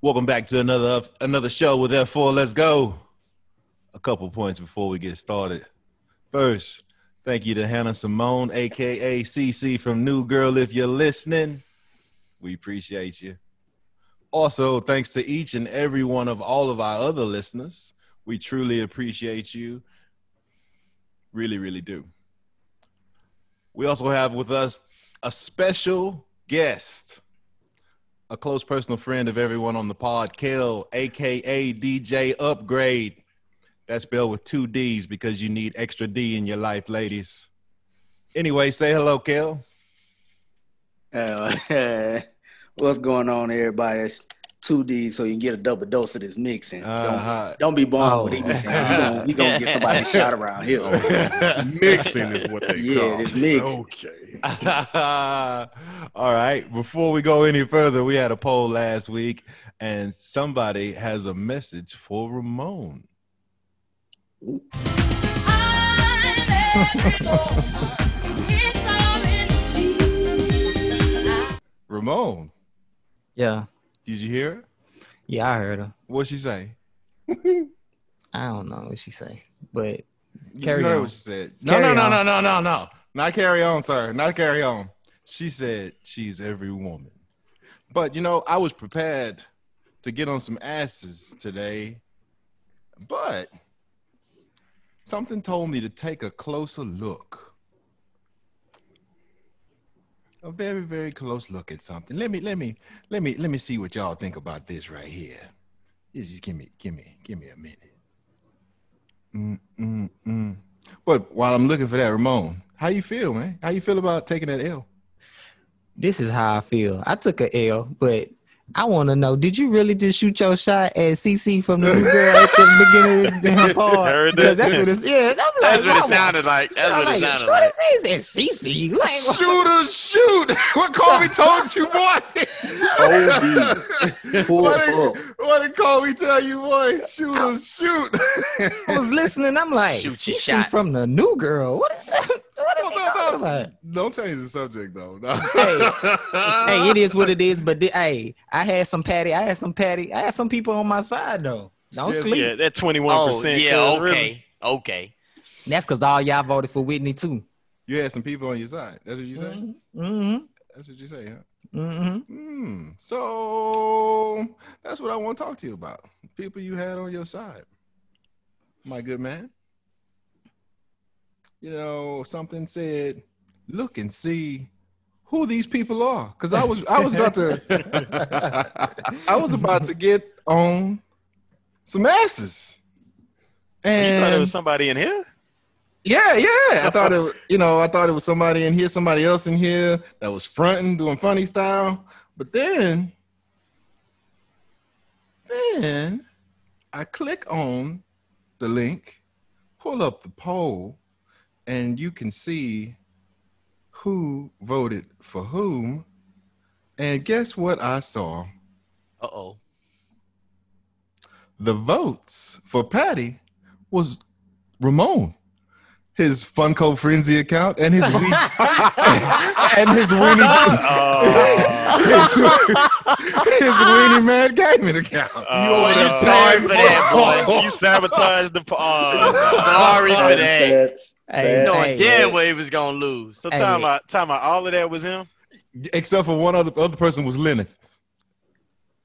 Welcome back to another another show with F4. Let's go. A couple points before we get started. First, thank you to Hannah Simone, aka CC from New Girl. If you're listening, we appreciate you. Also, thanks to each and every one of all of our other listeners. We truly appreciate you. Really, really do. We also have with us a special guest a close personal friend of everyone on the pod, Kel, aka DJ Upgrade. That's spelled with two D's because you need extra D in your life, ladies. Anyway, say hello, Kel. Uh, what's going on, everybody? It's two D's so you can get a double dose of this mixing. Uh-huh. Don't, don't be born Oh. with it. We're gonna, we gonna get somebody shot around here. Mixing is what they Yeah, call it's it. mixing. Okay. Uh, All right. Before we go any further, we had a poll last week, and somebody has a message for Ramon. Ramon, Yeah. did you hear? it? Yeah, I heard her. What'd she say? I don't know what she say, but You Carry heard on. what she said. No, Carry no, no, on. no, no, no, no. Not carry on, sir. Not carry on. She said she's every woman. But you know, I was prepared to get on some asses today, but something told me to take a closer look. A very, very close look at something. Let me, let me, let me, let me see what y'all think about this right here. Just give me, give me, give me a minute. Mm, mm, mm. But while I'm looking for that, Ramon, how you feel, man? How you feel about taking that L? this is how I feel. I took a L, but I want to know: Did you really just shoot your shot at CC from the new girl at the beginning of the damn Heard part? that. Because that's what it's. Yeah, I'm That's like, what why it would- sounded like. That's I'm what it like, sounded what like. is this? It's CC. Like, Shooters shoot. what Kobe told you, boy. Pull what, up. did, what did Kobe tell you, boy? Shooters shoot. I was listening. I'm like, Shoot your CC shot. from the new girl. What is that? What No, is he no, talking no. about? Don't change the subject though. No. Hey, it is what it is. But the, hey, I had some patty. I had some patty. I had some people on my side though. Don't Yes, sleep. Yeah, that 21%. Oh, yeah, cuz, okay. really. Okay. That's because all y'all voted for Whitney too. You had some people on your side. That's what you say. Mm-hmm. That's what you say, huh? Mm-hmm. Hmm. So that's what I want to talk to you about. People you had on your side. My good man. You know, something said, look and see who these people are. Cause I was I was about to I was about to get on some asses. Oh, You thought And it was somebody in here? yeah, yeah. I thought it was, you know, I thought it was somebody in here, somebody else in here that was fronting, doing funny style. But then, then I click on the link, pull up the poll, and you can see who voted for whom. And guess what I saw? Uh oh. the votes for Patty was Ramon. His Funko Frenzy account and his Wee- and his Weenie Uh, Oh, his, his Weenie Mad Gaming account. oh, over there sorry uh, for that, boy. You sabotaged the. Oh, Sorry for that. Hey, No, hey, damn well he was gonna lose. so Hey. time out, time out. All of that was him. Except for one other other person was Lenneth.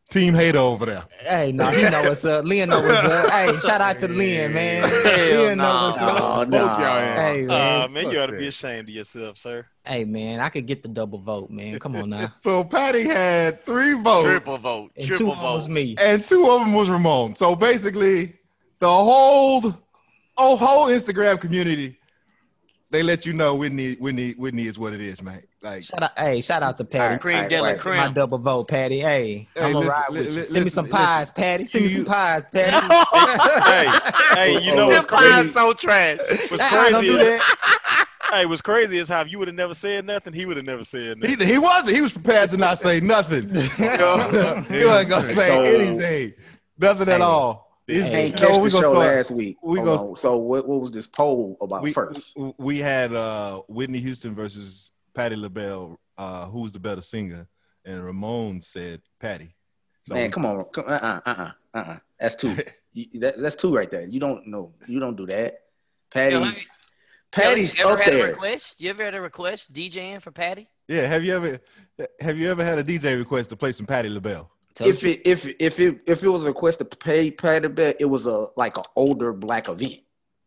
Team hater over there. hey, no, he know what's up. Lynn know what's up. Hey, shout out to Lynn, man. Lynn know nah. Um, what's up. No, Both no. y'all Hey, man. Uh, man, fuck you ought to that. be ashamed of yourself, sir. hey, man, I could get the double vote, man. Come on now. So Patty had three votes. Triple vote. And two Triple of 'em was vote. me. and two of them was Ramon. So basically, the whole oh whole Instagram community, they let you know Whitney Whitney Whitney is what it is, man. Like Shout out, hey, shout out to Patty. Cream Alright, de la alright. My creme. double vote, Patty. Hey, Hey, I'm gonna listen, ride li- with you. li- Send me listen, some pies, Patty. Send me You- some pies, Patty. Hey, hey, you know what's Them crazy? pies so trash. What's I don't crazy? do Is, that. hey, what's crazy is how if you would have never said nothing. He would have never said he, nothing. he wasn't. He was prepared to not say nothing. he wasn't gonna say So- anything, nothing at Hey. all. It's- Hey, you know, catch we the show gonna start- last week. we Hold gonna- on. So what, what was this poll about we, first? w- we had uh, Whitney Houston versus Patty LaBelle. Uh, who's the better singer? And Ramon said Patty. So Man, come on, come, uh, uh, uh, uh, uh. That's two. You- that, that's two right there. You don't know. You don't do that. Patty's, Yeah, let me- Patty's you ever up had a there. request? You ever had a request DJing for Patty? yeah, have you ever have you ever had a DJ request to play some Patty LaBelle? If it, if if it if it was a request to pay Patty bet, it was a like an older black event.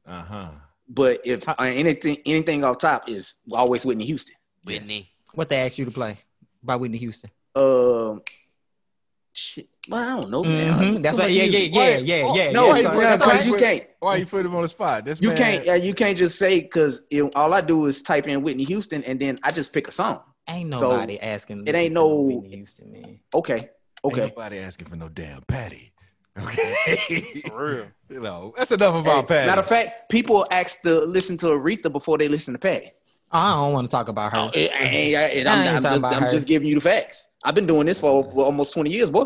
Uh huh. But if uh, anything anything off top is always Whitney Houston. Whitney. what they asked you to play by Whitney Houston. Um, shit. Well, I don't know. man. Mm-hmm. Mhm, That's right. Yeah, yeah, yeah, yeah, Oh, yeah. No, it's yeah, that's you- not, right. that's because right. you can't. Why you put him on the spot? This You man- can't. Uh, you can't just say because all I do is type in Whitney Houston and then I just pick a song. Ain't So, nobody asking. it ain't to no no- Whitney Houston, man. Okay. Ain't Okay. nobody asking for no damn Patty. Okay. For real. you know, that's enough about Hey, Patty. matter of fact, people ask to listen to Aretha before they listen to Patty. Oh, I don't want to talk about her. Hey, hey, hey, and I'm, I ain't I'm talking just, about her. I'm just giving you the facts. I've been doing this for for almost 20 years, boy.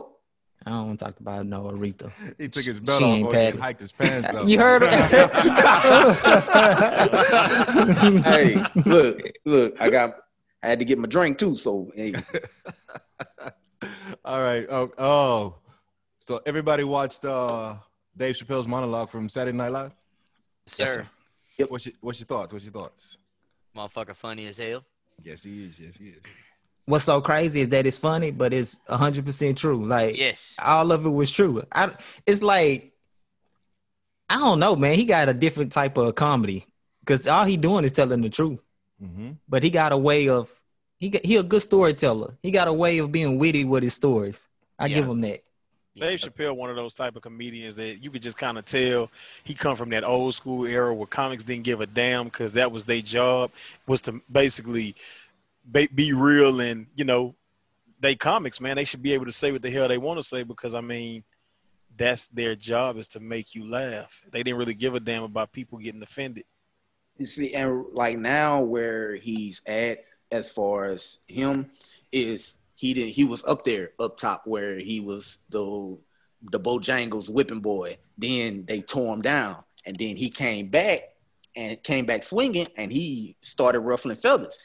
I don't want to talk about no Aretha. he took his belt She off ain't boy, and Patty. hiked his pants up. You heard her. hey, look, look, I got, I had to get my drink too. So, hey, All right. Oh, oh, so everybody watched uh, Dave Chappelle's monologue from Saturday Night Live. Sir. What's your, what's your thoughts? What's your thoughts? Motherfucker funny as hell. Yes, he is. Yes, he is. What's so crazy is that it's funny, but it's hundred percent true. Like Yes. all of it was true. I, it's like I don't know, man. He got a different type of comedy because all he doing is telling the truth. Mm-hmm. But he got a way of he got, he a good storyteller. He got a way of being witty with his stories. I Yeah. give him that. Dave Chappelle, one of those type of comedians that you could just kind of tell he come from that old school era where comics didn't give a damn because that was their job was to basically ba- be real and you know they comics man they should be able to say what the hell they want to say because I mean that's their job is to make you laugh. They didn't really give a damn about people getting offended. you see, and like now where he's at as far as him is he did he was up there up top where he was the the Bojangles whipping boy. Then they tore him down, and then he came back and came back swinging, and he started ruffling feathers.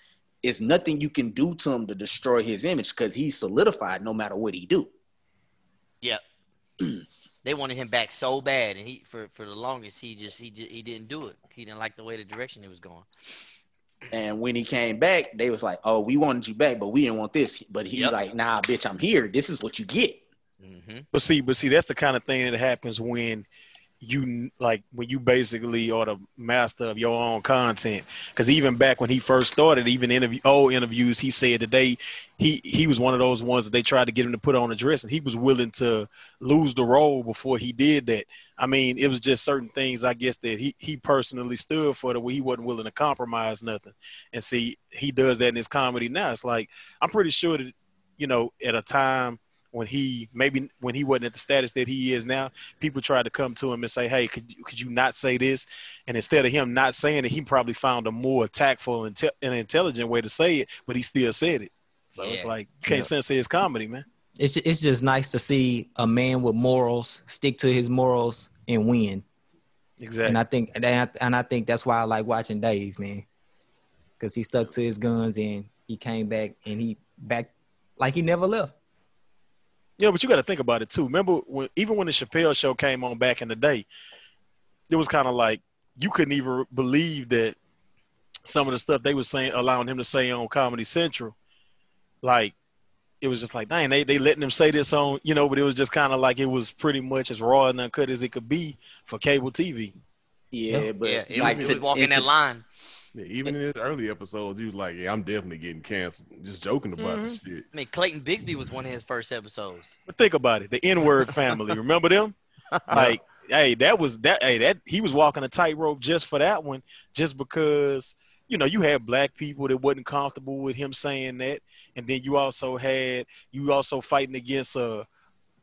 It's nothing you can do to him to destroy his image because he's solidified no matter what he do. Yep. they wanted him back so bad, and he for for the longest he just he just, he didn't do it. He didn't like the way the direction it was going. And when he came back, they was like, "Oh, we wanted you back, but we didn't want this." But he's Yep. like, "Nah, bitch, I'm here. This is what you get." Mm-hmm. But see, but see, that's the kind of thing that happens when you like when you basically are the master of your own content. Because even back when he first started, even interview old interviews, he said that they he he was one of those ones that they tried to get him to put on a dress, and he was willing to lose the role before he did that. I mean, it was just certain things, I guess, that he he personally stood for that where he wasn't willing to compromise nothing. And see, he does that in his comedy now. It's like I'm pretty sure that you know at a time when he maybe when he wasn't at the status that he is now, people tried to come to him and say, "Hey, could you, could you not say this?" And instead of him not saying it, he probably found a more tactful and, te- and intelligent way to say it, but he still said it. So it's Yeah. like you can't Yeah. censor his comedy, man. It's just, it's just nice to see a man with morals stick to his morals and win. Exactly. And I think and I, and I think that's why I like watching Dave, man, because he stuck to his guns and he came back and he back like he never left. Yeah, but you got to think about it too. Remember when even when the Chappelle show came on back in the day, it was kind of like you couldn't even believe that some of the stuff they were saying, allowing him to say on Comedy Central, like it was just like, dang, they they letting him say this on, you know. But it was just kind of like it was pretty much as raw and uncut as it could be for cable TV. Yeah, Yeah. but yeah, it like was, to- it was walking and that to- line. Yeah, even in his early episodes, he was like, "Yeah, I'm definitely getting canceled." Just joking about the shit. I mean, Clayton Bigsby was one of his first episodes. But think about it, the N word family. Remember them? Like, hey, that was that. Hey, that he was walking a tightrope just for that one, just because you know you had black people that wasn't comfortable with him saying that, and then you also had you also fighting against a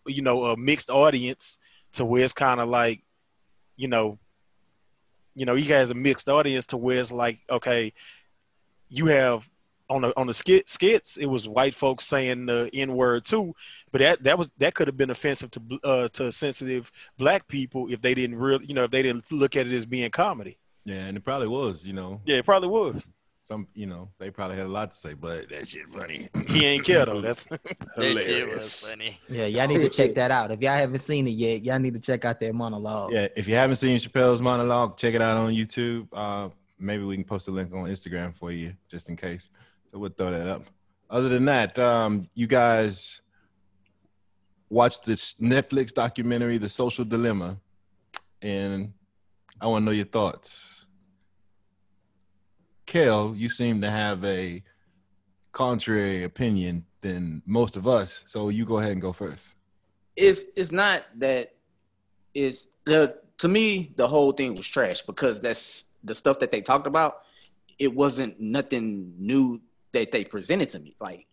you know a mixed audience to where it's kind of like you know you know he has a mixed audience to where it's like okay you have on the on the skit skits it was white folks saying the n word too but that that was that could have been offensive to bl- uh to sensitive black people if they didn't really you know if they didn't look at it as being comedy Yeah, and it probably was. You know, yeah it probably was some, you know, they probably had a lot to say, but that shit funny. He ain't care though. That's That Hilarious. shit was funny. Yeah, y'all need to check that out. If y'all haven't seen it yet, y'all need to check out that monologue. yeah, if you haven't seen Chappelle's monologue, check it out on YouTube. Uh, maybe we can post a link on Instagram for you, just in case. So we'll throw that up. Other than that, um, you guys watch this Netflix documentary, The Social Dilemma, and I want to know your thoughts. Kel, you seem to have a contrary opinion than most of us, so you go ahead and go first. it's it's not that it's the to me the whole thing was trash because that's the stuff that they talked about it wasn't nothing new that they presented to me like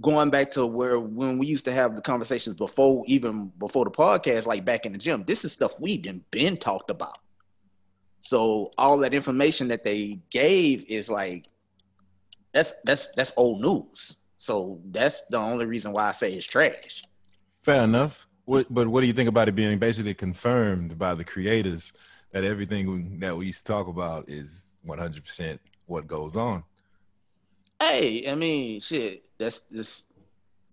going back to where when we used to have the conversations before even before the podcast like back in the gym this is stuff we done been talked about so all that information that they gave is like that's that's that's old news so that's the only reason why i say it's trash Fair enough. What, but what do you think about it being basically confirmed by the creators that everything that we used to talk about is 100% what goes on? Hey, I mean, shit. That's this.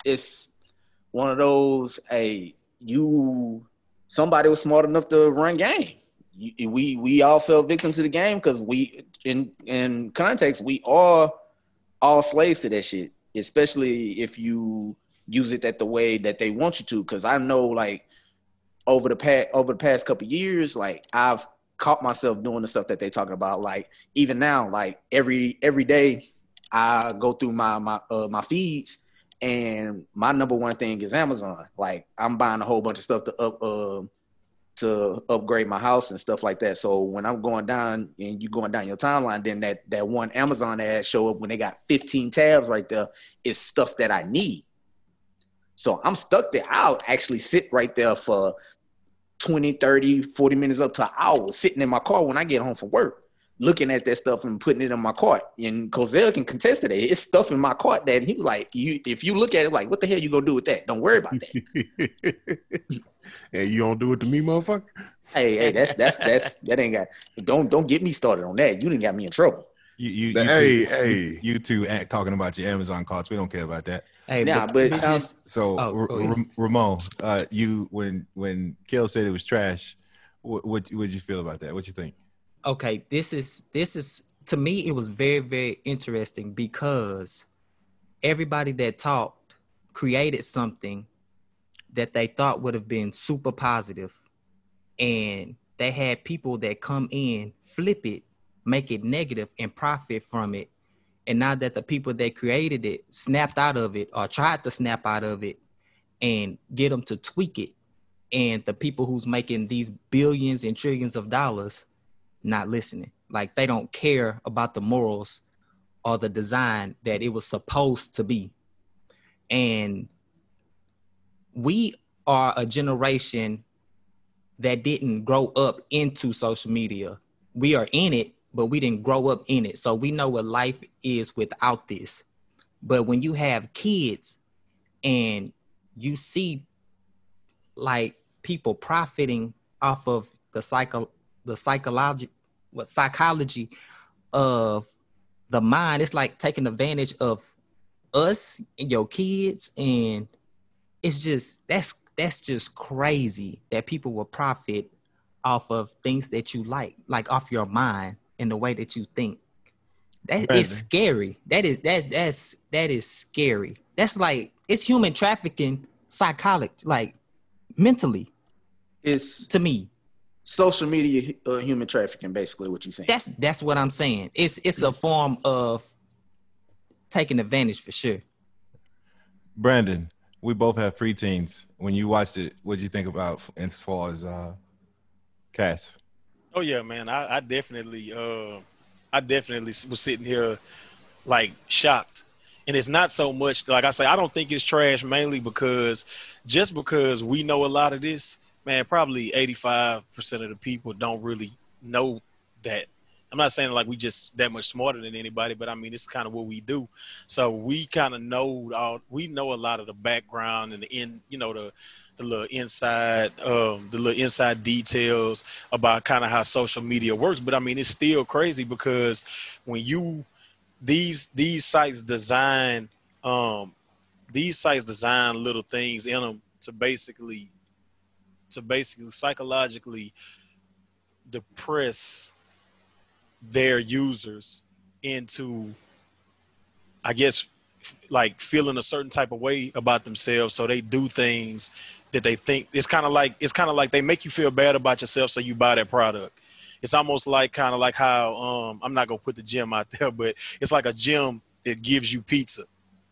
It's one of those. Hey, you. Somebody was smart enough to run game. You, we we all fell victim to the game because we in in context we are all slaves to that shit. Especially if you use it that the way that they want you to. Because I know, like over the past over the past couple years, like I've caught myself doing the stuff that they talking about. Like even now, like every every day I go through my my uh, my feeds, and my number one thing is Amazon. Like I'm buying a whole bunch of stuff to up uh, to upgrade my house and stuff like that. So when I'm going down and you going down your timeline, then that that one Amazon ad show up when they got 15 tabs right there is stuff that I need. So I'm stuck there. I'll actually sit right there for 20, 30, 40 minutes up to an hour sitting in my car when I get home from work looking at that stuff and putting it in my cart. And Cozell can contest it. It's stuff in my cart that he was like, you if you look at it like, what the hell you gonna do with that? Don't worry about that. and you don't do it to me, motherfucker. hey, hey, that's that's that's that ain't got don't don't get me started on that. You didn't got me in trouble. You, you, you Hey, two, hey. You two act talking about your Amazon carts. We don't care about that. Hey, Nah, but, um, this- So, Oh, R- go ahead. Ram- Ramon, uh, you when when Kel said it was trash, what what would you feel about that? What you think? okay, this is this is to me it was very very interesting because everybody that talked created something that they thought would have been super positive and they had people that come in, flip it, make it negative and profit from it. And now that the people that created it snapped out of it or tried to snap out of it and get them to tweak it and the people who's making these billions and trillions of dollars not listening. Like they don't care about the morals or the design that it was supposed to be. And we are a generation that didn't grow up into social media. We are in it, but we didn't grow up in it. So we know what life is without this. But when you have kids and you see like people profiting off of the cycle the psychology what psychology of the mind it's like taking advantage of us and your kids and it's just that's that's just crazy that people will profit off of things that you like like off your mind and the way that you think That is Brandon. scary that is that's that's that is scary that's like it's human trafficking psychology like mentally It's to me social media uh, human trafficking, basically what you saying. That's that's what I'm saying. It's it's a form of taking advantage for sure. Brandon, we both have preteens. When you watched it, what'd you think about f- as far as uh, Cass? Oh yeah, man. I, I definitely, uh, I definitely s- was sitting here like shocked, and it's not so much like I say. I don't think it's trash mainly because just because we know a lot of this, man. Probably eighty-five percent of the people don't really know that. I'm not saying like we just that much smarter than anybody, but I mean it's kind of what we do. So we kind of know all we know a lot of the background and the in you know the the little inside um, the little inside details about kind of how social media works. But I mean, it's still crazy because when you these these sites design um these sites design little things in them to basically to basically psychologically depress their users into i guess f- like feeling a certain type of way about themselves so they do things that they think it's kind of like it's kind of like they make you feel bad about yourself so you buy that product it's almost like kind of like how um i'm not gonna put the gym out there but it's like a gym that gives you pizza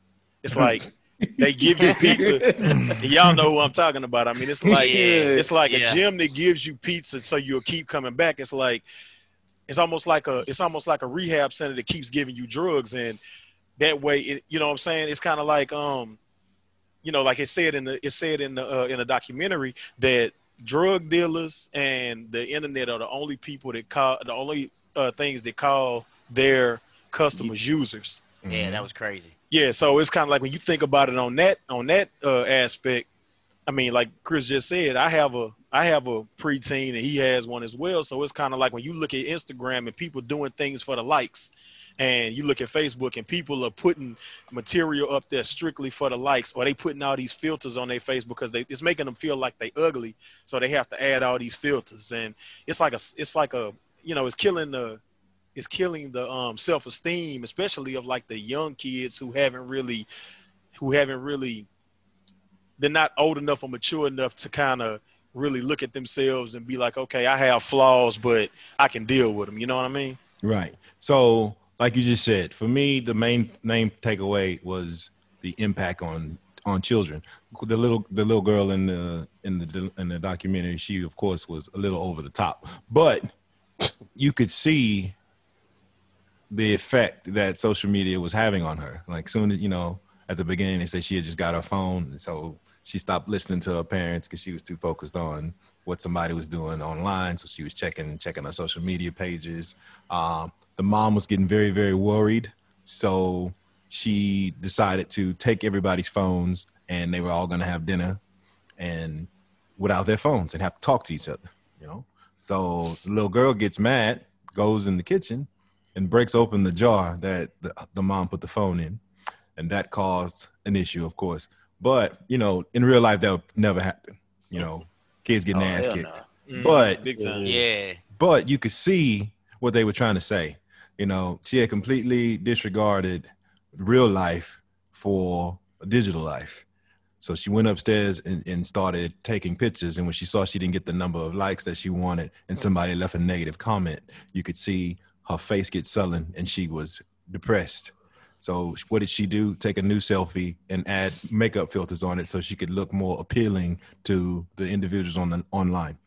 it's like they give you pizza and y'all know who i'm talking about i mean it's like it's like Yeah. a gym that gives you pizza so you'll keep coming back. It's like it's almost like a it's almost like a rehab center that keeps giving you drugs and that way it, you know what I'm saying? It's kind of like um you know like it said in the it said in the uh, in a documentary that drug dealers and the internet are the only people that call the only uh, things that call their customers users. Mm-hmm. Yeah, that was crazy. Yeah, so it's kind of like when you think about it on that on that uh, aspect. I mean, like Chris just said, I have a I have a preteen and he has one as well. So it's kind of like when you look at Instagram and people doing things for the likes, and you look at Facebook and people are putting material up there strictly for the likes, or they putting all these filters on their face because they it's making them feel like they ugly, so they have to add all these filters, and it's like a it's like a you know it's killing the is killing the um, self esteem, especially of like the young kids who haven't really, who haven't really, they're not old enough or mature enough to kind of really look at themselves and be like, okay, I have flaws, but I can deal with them. You know what I mean? Right. So, like you just said, for me, the main name takeaway was the impact on on children. The little the little girl in the in the in the documentary, she of course was a little over the top, but you could see the effect that social media was having on her. Like soon as you know, at the beginning, they said she had just got her phone, and so she stopped listening to her parents because she was too focused on what somebody was doing online. So she was checking checking her social media pages. Um, the mom was getting very very worried, so she decided to take everybody's phones, and they were all going to have dinner, and without their phones, and have to talk to each other. You know, so the little girl gets mad, goes in the kitchen, and breaks open the jar that the, the mom put the phone in, and that caused an issue, of course. But you know, in real life, that would never happen. You know, kids getting Oh, their ass hell kicked. no. But- big time. Yeah. But you could see what they were trying to say. You know, she had completely disregarded real life for digital life. So she went upstairs and, and started taking pictures. And when she saw she didn't get the number of likes that she wanted, and somebody left a negative comment, you could see her face get sullen and she was depressed. So what did she do? Take a new selfie and add makeup filters on it so she could look more appealing to the individuals on the online.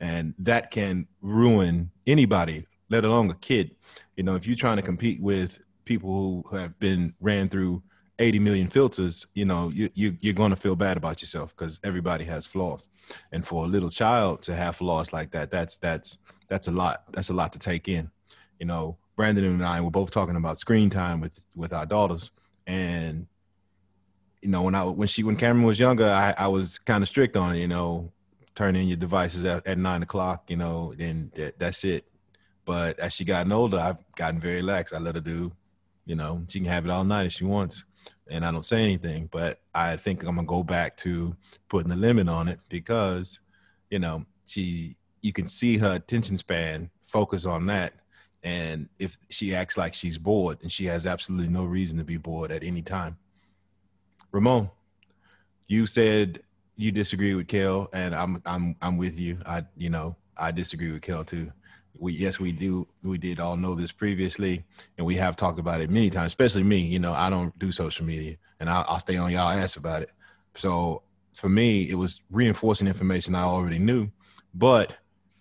And that can ruin anybody, let alone a kid. You know, if you're trying to compete with people who have been ran through 80 million filters, you know, you, you you're going to feel bad about yourself because everybody has flaws. And for a little child to have flaws like that, that's that's that's a lot. That's a lot to take in you know, Brandon and I were both talking about screen time with with our daughters, and you know, when I when she when Cameron was younger, I, I was kind of strict on it. You know, turn in your devices at, at nine o'clock. You know, then that, that's it. But as she gotten older, I've gotten very lax. I let her do, you know, she can have it all night if she wants, and I don't say anything. But I think I'm gonna go back to putting a limit on it because, you know, she you can see her attention span focus on that and if she acts like she's bored and she has absolutely no reason to be bored at any time ramon you said you disagree with kel and i'm i'm i'm with you i you know i disagree with kel too we yes we do we did all know this previously and we have talked about it many times especially me you know i don't do social media and I, i'll stay on y'all ass about it so for me it was reinforcing information i already knew but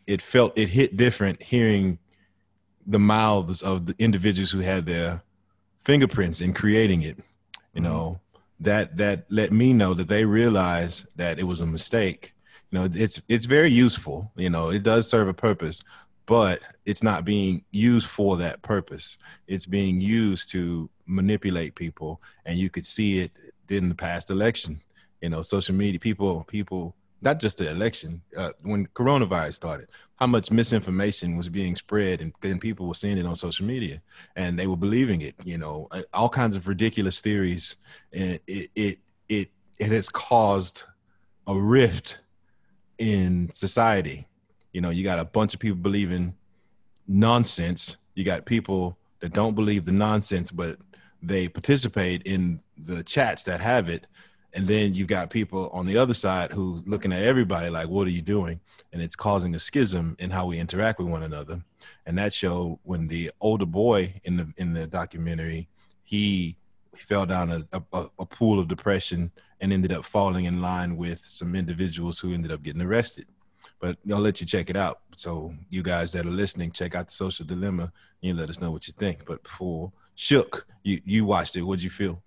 it felt it hit different hearing the mouths of the individuals who had their fingerprints in creating it you know that that let me know that they realized that it was a mistake you know it's it's very useful you know it does serve a purpose but it's not being used for that purpose it's being used to manipulate people and you could see it in the past election you know social media people people not just the election, uh, when coronavirus started, how much misinformation was being spread, and, and people were seeing it on social media, and they were believing it. You know, uh, all kinds of ridiculous theories, and it it it it has caused a rift in society. You know, you got a bunch of people believing nonsense. You got people that don't believe the nonsense, but they participate in the chats that have it. And then you got people on the other side who's looking at everybody like, what are you doing? And it's causing a schism in how we interact with one another. And that show when the older boy in the in the documentary, he fell down a, a, a pool of depression and ended up falling in line with some individuals who ended up getting arrested but I'll let you check it out. So you guys that are listening, check out the social dilemma. You let us know what you think. But before shook, you you watched it. What'd you feel?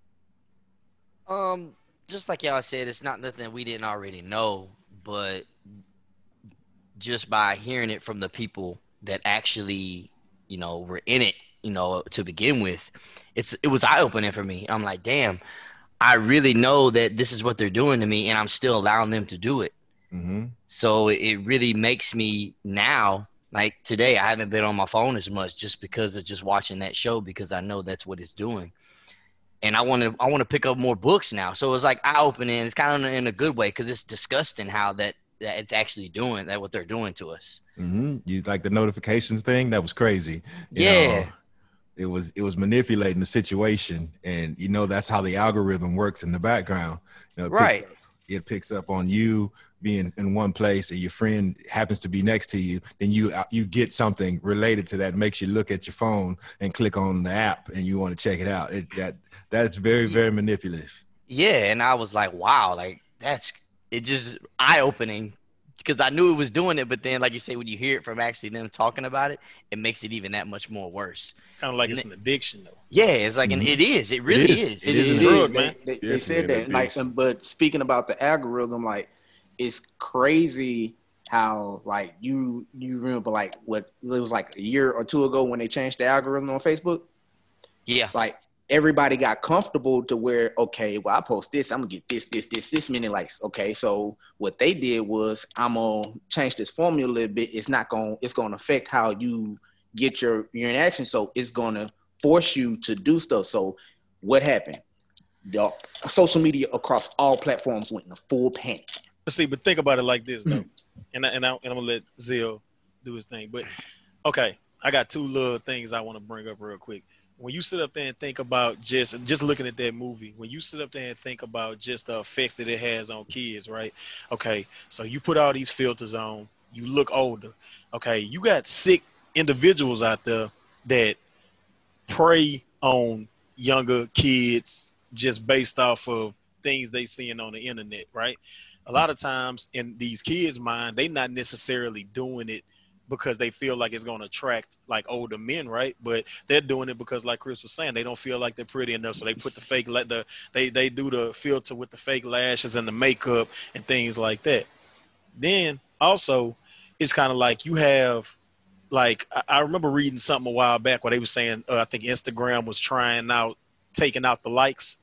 Um, just like y'all said, it's not nothing that we didn't already know, but just by hearing it from the people that actually, you know, were in it, you know, to begin with, it's it was eye opening for me. I'm like, damn, I really know that this is what they're doing to me, and I'm still allowing them to do it. Mm-hmm. So it- it really makes me now like today I haven't been on my phone as much just because of just watching that show because I know that's what it's doing. And I want to I want to pick up more books now. So it's like eye opening. It's kind of in a good way because it's disgusting how that that it's actually doing that what they're doing to us. Mm-hmm. You like the notifications thing? That was crazy. You Yeah. know, it was it was manipulating the situation, and you know that's how the algorithm works in the background. You know, it picks Right. up- it picks up on you being in one place, and your friend happens to be next to you. Then you uh, you get something related to that, makes you look at your phone and click on the app, and you want to check it out. It, that that's very very manipulative. Yeah, and I was like, wow, like that's it just eye opening because I knew it was doing it, but then like you say, when you hear it from actually them talking about it, it makes it even that much more worse. Kind of like it's an addiction, though. Yeah, it's like an Mhm. it is. It really is. is. It It is is a it drug, is. They- man. They, they, Yes, said man, that. it Like, is. and, but speaking about the algorithm, like it's crazy how like you you remember like what it was like a year or two ago when they changed the algorithm on Facebook. Um, Yeah. Like everybody got comfortable to where okay, well I post this, I'm gonna get this, this, this, this many likes. Okay, so what they did was I'm gonna change this formula a little bit. It's not gonna it's gonna affect how you get your your interaction. So it's gonna force you to do stuff. So what happened? The social media across all platforms went in a full panic. But see, but think about it like this though, and I, and I, and I'm gonna let Zill do his thing. But okay, I got two little things I want to bring up real quick. When you sit up there and think about just just looking at that movie, when you sit up there and think about just the effects that it has on kids, right? Okay, so you put all these filters on, you look older. Okay, you got sick individuals out there that prey on younger kids just based off of things they seeing on the internet, right? A lot of times in these kids' mind, they not necessarily doing it because they feel like it's going to attract like older men, right? But they're doing it because, like Chris was saying, they don't feel like they're pretty enough, so they put the fake, let the they they do the filter with the fake lashes and the makeup and things like that. Then also, it's kind of like you have like I, I remember reading something a while back where they were saying uh, I think Instagram was trying out taking out the likes.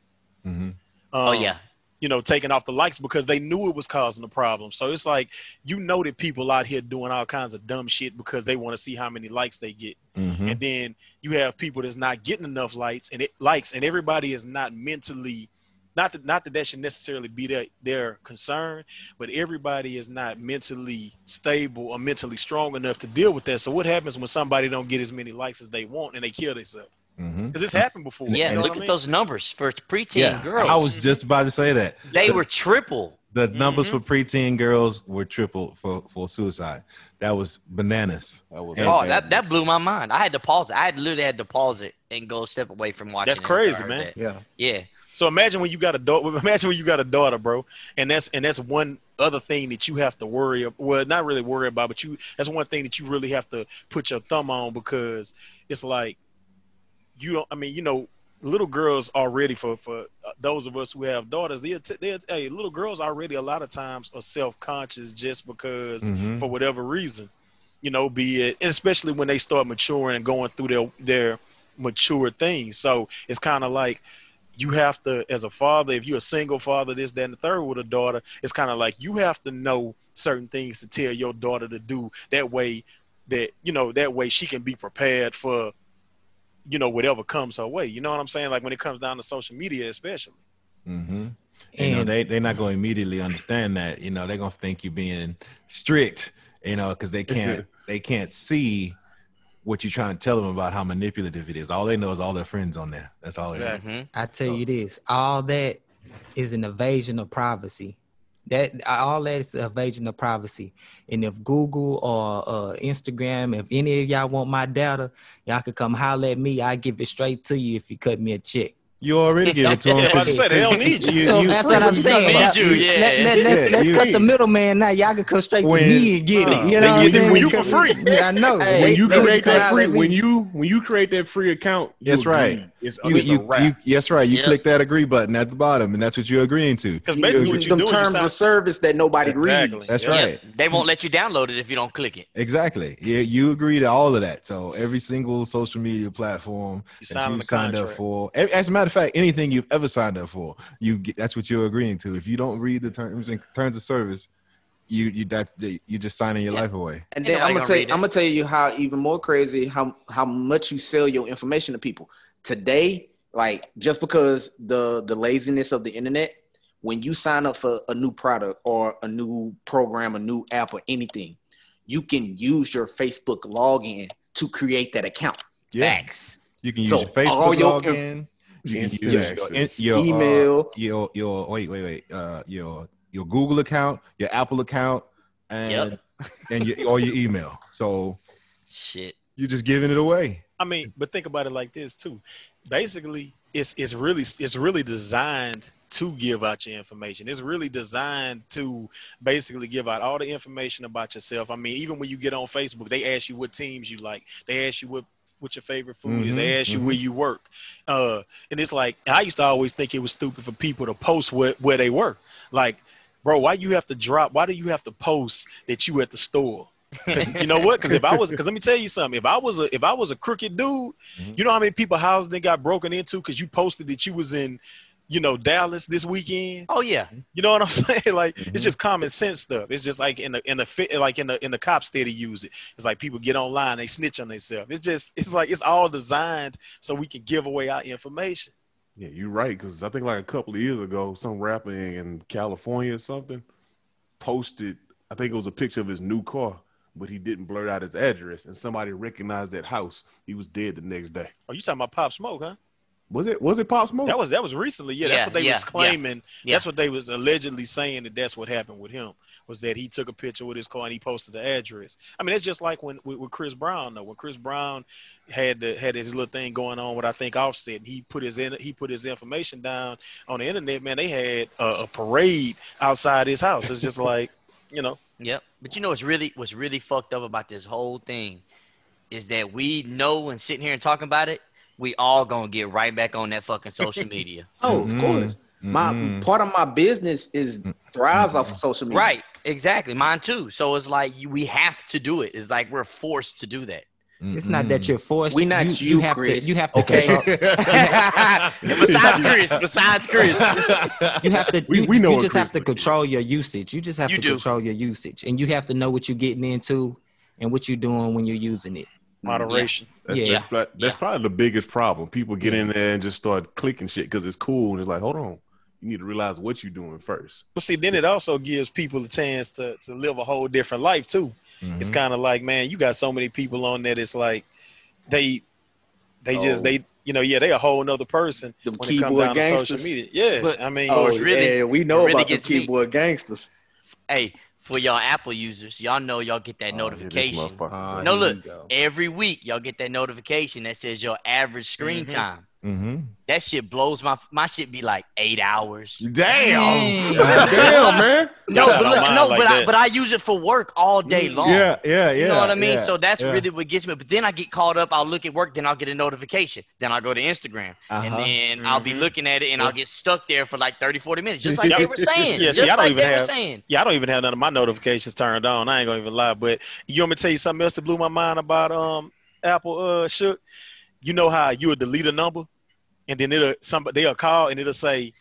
Mm-hmm. Um, oh yeah. you know, taking off the likes because they knew it was causing a problem. So it's like you know that people out here doing all kinds of dumb shit because they want to see how many likes they get, Mm-hmm. and then you have people that's not getting enough likes and it likes, and everybody is not mentally. Not that, not that that should necessarily be their, their concern, but everybody is not mentally stable or mentally strong enough to deal with that. So what happens when somebody don't get as many likes as they want and they kill themselves? Mm-hmm. Because it's happened before. Yeah, you know and- look what I at mean? those numbers for preteen Yeah, girls. I was just about to say that. they were triple. The numbers Mhm. for preteen girls were triple for, for suicide. That was bananas. That was Yeah. Oh, bad that, that news. blew my mind. I had to pause it. I had literally had to pause it and go step away from watching. That's it after I crazy, heard man. that. Yeah. Yeah. So imagine when you got a daughter. Imagine when you got a daughter, bro, and that's and that's one other thing that you have to worry. ab- Well, not really worry about, but you that's one thing that you really have to put your thumb on because it's like you don't. I mean, you know, little girls already for for uh, those of us who have daughters, they they hey, little girls already a lot of times are self conscious just because Mhm. for whatever reason, you know, be it especially when they start maturing and going through their their mature things. So it's kind of like you have to, as a father, if you're a single father, this, that, and the third with a daughter, it's kind of like you have to know certain things to tell your daughter to do. That way, that you know, that way she can be prepared for, you know, whatever comes her way. You know what I'm saying? Like when it comes down to social media, especially. Mm-hmm. you know And they they're not going to immediately understand that you know they're going to think you're being strict you know because they can't they can't see what you're trying to tell them about how manipulative it is all they know is all their friends on there that's all they know. Exactly. Mhm. I tell you this, all that is an evasion of privacy. That all that is evasion of privacy. And if Google or uh, Instagram, if any of y'all want my data, y'all can come holler at me. I give it straight to you if you cut me a check. you already give it to Yeah, them I'm about to say, they don't need you. So that's what I'm saying. Need you, yeah. Let, us Yeah, you- cut the middleman now. Y'all can come straight When- to me and get it. uh, You know what I'm they get it saying? when you for free. Yeah, I know. Hey, when They- you they create come that holler free, at me. when you when you create that free account, you That's right. agree. It's, you, it's a you, wrap. you, yes right you Yep. click that agree button at the bottom and that's what you're agreeing to Because basically, Use what you're them doing, you terms sign- of service that nobody Exactly. reads. that's Yeah. right They won't let you download it if you don't click it. exactly yeah you agree to all of that so every single social media platform you that sign on you the signed up contract. for. A- As a matter of fact, anything you've ever signed up for, you get, that's what you're agreeing to. If you don't read the terms and terms of service, you you that you just signing your Yeah. life away. And Ain't then I'm nobody gonna gonna tell you, read it. I'm gonna tell you how even more crazy how how much you sell your information to people today. Like just because the the laziness of the internet, when you sign up for a new product or a new program, a new app or anything, you can use your Facebook login to create that account. Facts. you can use So, your Facebook all your- login. You can use Instant your, in- access. your uh, Email. your your wait wait wait uh, your your Google account, your Apple account, and and your, or your email. So Shit. you're just giving it away. I mean, but think about it like this too. Basically, it's it's really it's really designed to give out your information. It's really designed to basically give out all the information about yourself. I mean, even when you get on Facebook, they ask you what teams you like. They ask you what what your favorite food is. They Mhm, ask you where you work. Uh, and it's like I used to always think it was stupid for people to post where, where they were. Like, bro, why you have to drop? Why do you have to post that you at the store? 'Cause you know what? Because if I was, because let me tell you something. If I was a, if I was a crooked dude, Mhm. you know how many people houses they got broken into because you posted that you was in, you know, Dallas this weekend. Oh yeah. You know what I'm saying? Like Mhm. it's just common sense stuff. It's just like in the in the fit, like in the in the cops there to use it. It's like people get online, they snitch on themselves. It's just it's like it's all designed so we can give away our information. Yeah, you're right. Because I think like a couple of years ago, some rapper in, in California or something posted, I think it was a picture of his new car, but he didn't blurt out his address, and somebody recognized that house. He was dead the next day. Oh, you talking about Pop Smoke, huh? Was it? Was it Pop Smoke? Oh, That was that was recently. Yeah, Yeah, that's what they yeah, was yeah, claiming. yeah. That's what they was allegedly saying that that's what happened with him was that he took a picture with his car and he posted the address. I mean, that's just like when with, with Chris Brown though. When Chris Brown had the had his little thing going on with I think Offset, and he put his in, he put his information down on the internet. Man, they had a, a parade outside his house. It's just like you know, Yep. But you know what's really what's really fucked up about this whole thing is that we know and sitting here and talking about it, we all gonna get right back on that fucking social media. Oh, Mhm. of course. My Mhm. part of my business is thrives off of social media. right. Exactly. Mine too. So it's like you, we have to do it. It's like we're forced to do that. It's not that you're forced. We not you, have Chris. To, you have to Okay. control- besides Chris, besides Chris, You have to. We- you, we know you what just Chris have to looking at. control your usage. You just have You to do. control your usage, and you have to know what you're getting into and what you're doing when you're using it. moderation. That's, Yeah. that's, pro- that's Yeah. Mm-hmm. probably the biggest problem. People get Yeah. in there and just start clicking shit because it's cool, and it's like, hold on, you need to realize what you're doing first. But see, then it also gives people a chance to to live a whole different life too. Mm-hmm. it's Mm-hmm. kind of like man you got so many people on that it's like they they just Oh. they you know yeah they a whole nother person Them when it comes keyboard down to gangsters. social media yeah But- i mean Oh, It's really- yeah, we know it really about the gets me. keyboard gangsters. hey, for y'all Apple users, y'all know y'all get that Oh, yeah, this notification motherfucker. Ah, No, look. every week. Y'all get that notification that says your average screen Mm-hmm. Mhm. time. hmm That shit blows my my shit be like eight hours. Damn. Dang. Damn, man. No, Y'all out but, of look- mind no, like but I that. but I use it for work all day long. Yeah, yeah, yeah. You know what I mean? yeah, so that's yeah. really what gets me. But then I get caught up. I'll look at work, then I'll get a notification. Then I'll go to Instagram, and Uh-huh. then I'll be Mhm. looking at it, and I'll Yeah. get stuck there for like 30, 40 minutes, just like they were saying. Yeah, just see, I don't like even they were have- saying. yeah i don't even have none of my notifications turned on i ain't gonna even lie but you want me to tell you something else that blew my mind about um apple uh shook you know how you would delete a number and then it'll somebody they'll call and it'll say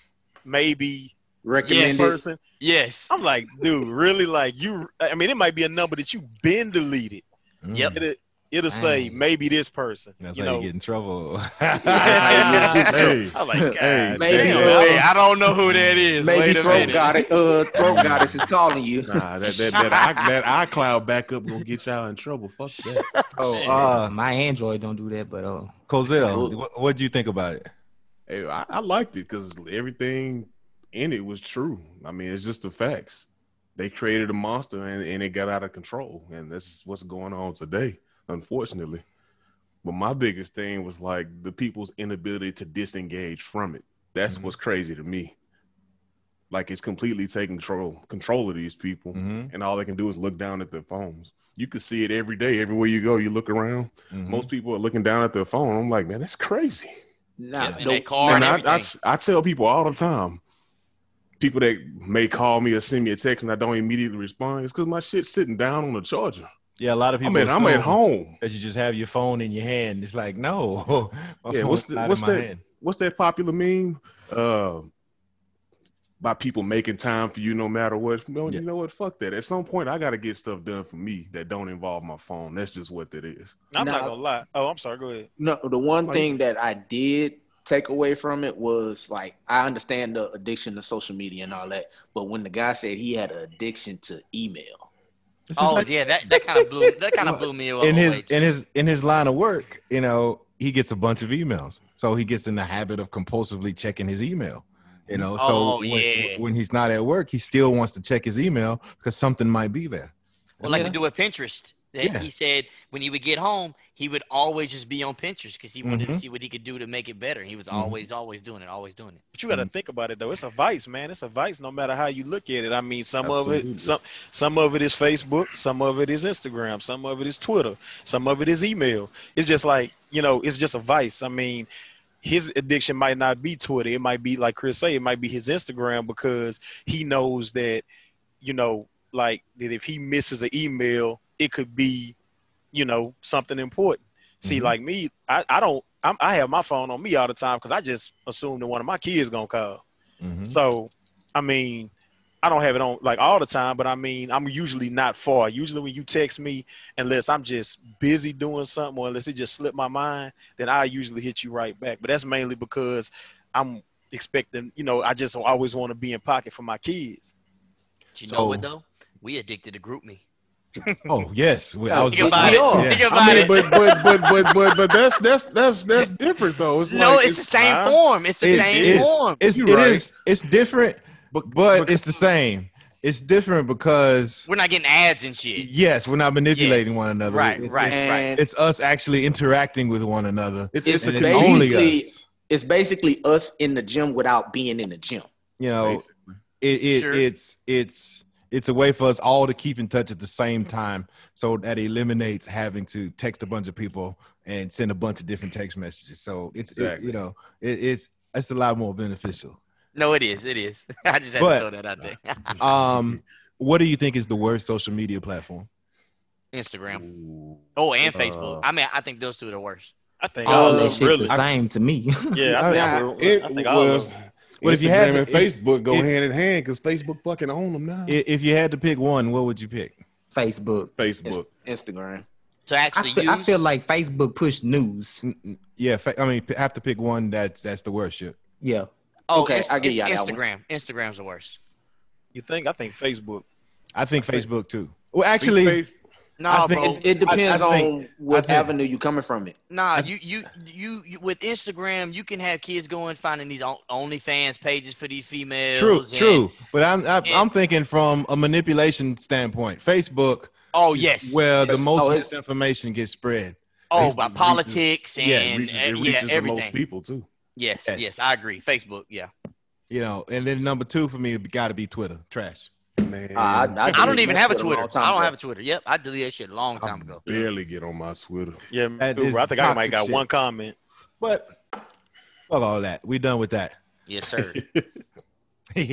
maybe Yes. Recommended. person. Yes. I'm like, dude, really? Like you? I mean, it might be a number that you've been deleted. Yep. It'll, it'll say Dang. maybe this person. Mm. That's you how know, you get in trouble. hey, I'm like, God, Maybe, damn. uh, Wait, I don't know who that is. Maybe Wait a throat minute. goddess, uh, throat goddess is calling you. nah, that that that, I, that iCloud backup gonna get y'all in trouble. Fuck that. oh, uh, My Android don't do that, but oh, Cozell, what what'd you think about it? Hey, I, I liked it because everything in it was true. I mean, it's just the facts. They created a monster and, and it got out of control. And that's what's going on today, unfortunately. But my biggest thing was like the people's inability to disengage from it. That's Mhm. what's crazy to me. Like it's completely taking control control of these people. Mm-hmm. And all they can do is look down at their phones. You can see it every day, everywhere you go, you look around. Mm-hmm. Most people are looking down at their phone. I'm like, man, that's crazy. Nah, and no- that car and And I, I, everything. s- I tell people all the time, people that may call me or send me a text and I don't immediately respond, it's because my shit's sitting down on the charger. yeah, a lot of I people. mean, I'm at assume home. That you just have your phone in your hand. It's like, no, my Yeah, phone's what's the- not what's in my that- hand. What's that popular meme? Uh, by people making time for you no matter what. No, Yeah. You know what? Fuck that. At some point, I got to get stuff done for me that don't involve my phone. That's just what that is. I'm not Nah. gonna lie. Oh, I'm sorry. Go ahead. No, the one Like- thing that I did take away from it was like I understand the addiction to social media and all that, but when the guy said he had an addiction to email, This is Oh like- yeah, that, that kind of blew that kind of blew me away. in his too. in his in his line of work, you know, he gets a bunch of emails, so he gets in the habit of compulsively checking his email. You know, so Oh, when, yeah. when he's not at work, he still wants to check his email because something might be there. Well, like we do with Pinterest. That Yeah. He said when he would get home, he would always just be on Pinterest because he wanted to Mhm. see what he could do to make it better. He was Mhm. always, always doing it, always doing it. But you got to think about it though. It's a vice, man. It's a vice, no matter how you look at it. I mean, some of Absolutely. it, some some of it is Facebook, some of it is Instagram, some of it is Twitter, some of it is email. It's just like you know, it's just a vice. I mean, his addiction might not be Twitter. It might be like Chris say, it might be his Instagram because he knows that you know, like that if he misses an email, it could be, you know, something important. See, Mhm. like me, I, I don't. I'm, I have my phone on me all the time because I just assume that one of my kids gonna call. Mm-hmm. Mhm. So, I mean, I don't have it on like all the time, but I mean, I'm usually not far. Usually, when you text me, unless I'm just busy doing something or unless it just slipped my mind, then I usually hit you right back. But that's mainly because I'm expecting, you know, I just always want to be in pocket for my kids. But you know what So- though? We addicted to group me. Oh yes, well, I was Think about looking- it. yeah. Think about I mean, it. but but but but but but that's that's that's that's different though. It's no, like, it's, the same huh? form. It's the It's- same it's, form. It's, You it right. is- It's different, but, but it's the same. It's different because We're not getting ads and shit. yes, we're not manipulating Yes. one another. Right, It's- right, right. and It's us actually interacting with one another. it's, it's it's, and a it's basically- only convenience. us. it's basically us in the gym without being in the gym. You know, it, it Sure. it's it's it's a way for us all to keep in touch at the same time so that eliminates having to text a bunch of people and send a bunch of different text messages so it's it- Exactly. you know it, it's it's a lot more beneficial No, it is. It is. I just had But- to throw that out there. um what do you think is the worst social media platform Instagram. Ooh. Oh, and Facebook. Uh, I mean, I think those two are the worst. I think all all that of shit them really. the same to me. yeah, I think, Yeah, all- It I think all of was- them. Well, Instagram if you had and to- it- Facebook go it- hand in hand because Facebook fucking own them now. I- if you had to pick one what would you pick Facebook. Facebook. Inst- Instagram. To I actually feel, use. I feel like Facebook pushed news. N- n- yeah fa- i mean p- have to pick one that's that's the worst shit Yeah. oh, Okay, it's- I get it's y'all that one. Instagram. Instagram's the worst. You think? I think Facebook. i think facebook too well actually Face- No, think- bro. It, it depends I on think- I what think- avenue you coming from it. Nah, you, you you you with Instagram, you can have kids going finding these on- OnlyFans pages for these females. true and- true but i'm i'm, and- I'm thinking from a manipulation standpoint facebook Oh is yes. Where the Yes. most Oh, it's- misinformation gets spread. oh, Facebook by reaches- politics and yes. reaches- uh, it yeah, reaches the most everything. people too. Yes, Yes. yes, I agree. Facebook, yeah. You know, and then number two for me got to be Twitter. Trash. Man, Uh, I- I I don't deleted even my have a Twitter a Twitter. I long don't time ago. have a Twitter. Yep, I deleted that shit a long time ago. barely get on my Twitter. Yeah, That dude, is I think I might toxic got shit. one comment. But fuck all that. We done with that. Yes, sir. but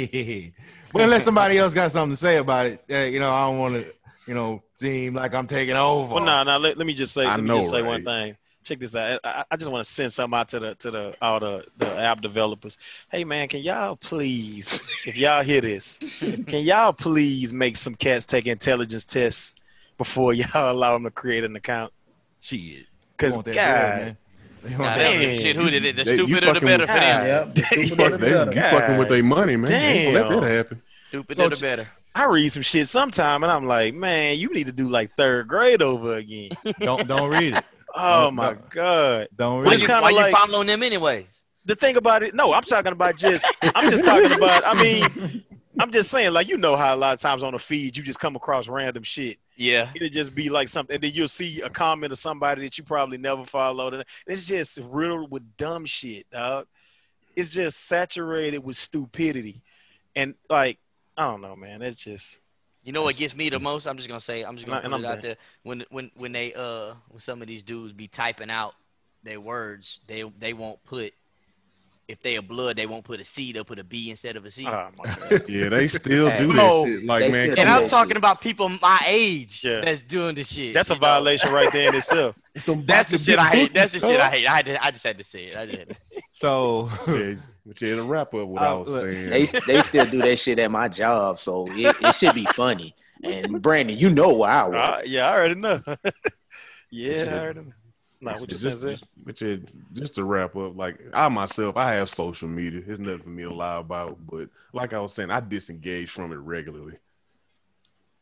unless somebody else got something to say about it, eh, you know, I don't want to, you know, seem like I'm taking over. Well, no, nah, no. let, let me just say. I let me know, just say one right? thing. check this out. I, I- I just want to send something out to the to the all the, the app developers. Hey man, can y'all please, if y'all hear this, can y'all please make some cats take intelligence tests before y'all allow them to create an account? Shit. Because Want God, that bread, man. They want Nah, that- they don't give a shit who did it. The They- you stupider the fucking better with- for them. Yep. God. the You, sooner fuck, the they, better. you fucking with their money, man. They ain't gonna let Damn. that happen. Stupider So the ch- better. I read some shit sometime and I'm like, man, you need to do like third grade over again. don't don't read it. Oh No, my no. god. Don't Well, Why, read it's you, it. kinda why like- you following them anyways? The thing about it, no, I'm talking about just I'm just talking about I mean, I'm just saying, like, you know how a lot of times on the feed you just come across random shit. Yeah. It'll just be like something, and then you'll see a comment of somebody that you probably never followed. And it's just riddled with dumb shit, dog. It's just saturated with stupidity. And like, I don't know, man. It's just You know what That's- gets me the most? I'm just gonna say I'm just And gonna I- and put it I'm out there when when when they uh when some of these dudes be typing out their words, they they won't put if they are blood, they won't put a C, they'll put a B instead of a C. oh my God. Yeah, they still do that No, shit. Like, they still man, come and do on. I'm that talking shit. about people my age Yeah. that's doing this shit. That's a you know? violation right there in itself. Some That's the Baka shit I Big hate. That's the Booty shit I stuff. hate. I had to, I just had to say it. I just had to. So Yeah, but yeah, to wrap up what I Um, was look, saying. They they still do that shit at my job, so it, it should be funny. And Brandon, you know where I work. Uh, yeah, I already know. yeah, I already know. Nah, But what you yeah, just, saying? just- but yeah, just to wrap up, like I myself, I have social media. It's nothing for me to lie about, but like I was saying, I disengage from it regularly,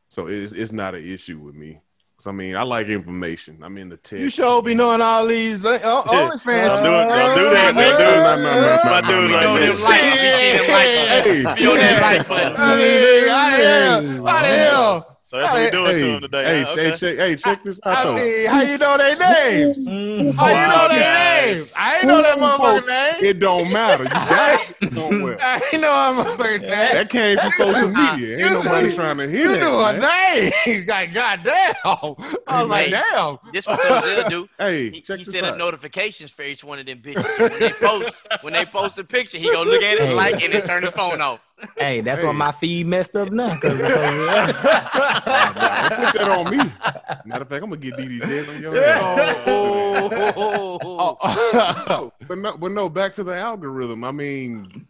so it's it's not an issue with me. 'Cause, I mean, I like information. I'm in the tech. you sure be knowing all these uh, uh, Yeah. OnlyFans. Don't do it. Don't do that, man. Don't do it. No, no, no, no, My no, dude no, like no. this. Like, we can't like- Shit. Hey, Be on that Yeah. like button. I mean, how the hell? How the hell? So that's what we're doing hey, to him today. Hey, huh? hey, Okay. check, hey, check this out I though. mean, how you know their names? How you know Wow, their names? I ain't know that motherfucking name. it don't matter. You got it somewhere. I ain't know that motherfucking name. That came from social media. You Ain't nobody see- trying to hear You that. knew her man. name. Like, goddamn. I was like, Hey. damn. This was they'll do. Hey, He, check he this set up out. notifications for each one of them bitches. So when they post, when they post a picture, he go look at it, like, and then turn his phone off. Hey, that's why Hey. my feed messed up now. 'cause- Don't put that on me. Matter of fact, I'm gonna get DD dead on your ass. Oh, oh. But no, but no, back to the algorithm. I mean,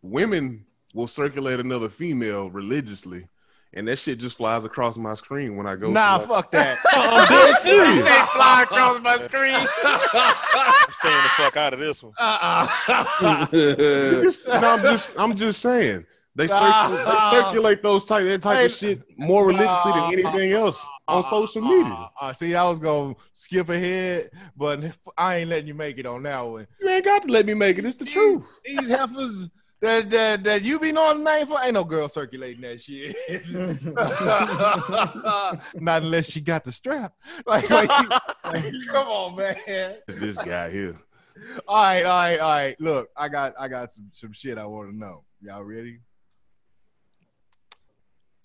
women will circulate another female religiously, and that shit just flies across my screen when I go. nah, to like- fuck that. I'm dead They serious. fly across my screen. I'm staying the fuck out of this one. Uh-uh. You just- no, I'm just, I'm just saying. They, circulate, Nah. they circulate those type, that type of shit more religiously than anything else on social media. Uh, uh, see, I was gonna skip ahead, but I ain't letting you make it on that one. You ain't got to let me make it. It's the truth. These heifers that that, that you be knowing the name for ain't no girl circulating that shit. Not unless she got the strap. Like, like, come on, man. It's this guy here. All right, all right, all right. Look, I got I got some, some shit I want to know. Y'all ready?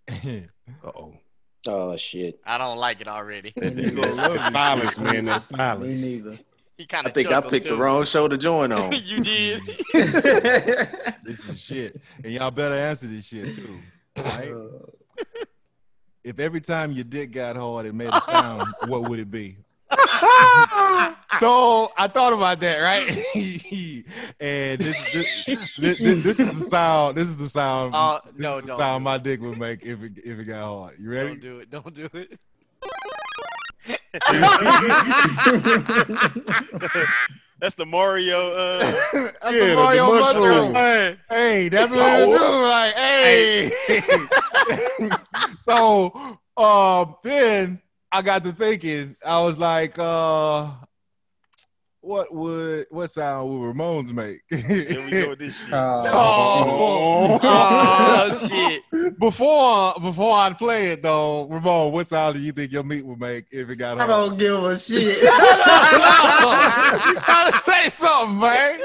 Uh oh. Oh shit! I don't like it already. silence, man. That silence. Me neither. He kind I of. think I picked the wrong show to join on. you did. this is shit, and y'all better answer this shit too. all right? If every time your dick got hard, it made a sound, what would it be? so I thought about that, right? and this, this, this, this, this is the sound. This is the sound. Oh this no, is the don't. sound my dick would make if it if it got hard. You Don't ready? do it. Don't do it. That's the Mario. Uh, that's Yeah, the the Mario mushroom. mushroom. Hey, Hey, that's what Oh. it do. Like, hey. so um then I got to thinking, I was like, uh what would what sound would Ramones make? here we go with this shit. Oh, Oh shit. Before before I play it though, Ramon, what sound do you think your meat would make if it got I hard? don't give a shit. you gotta say something, man.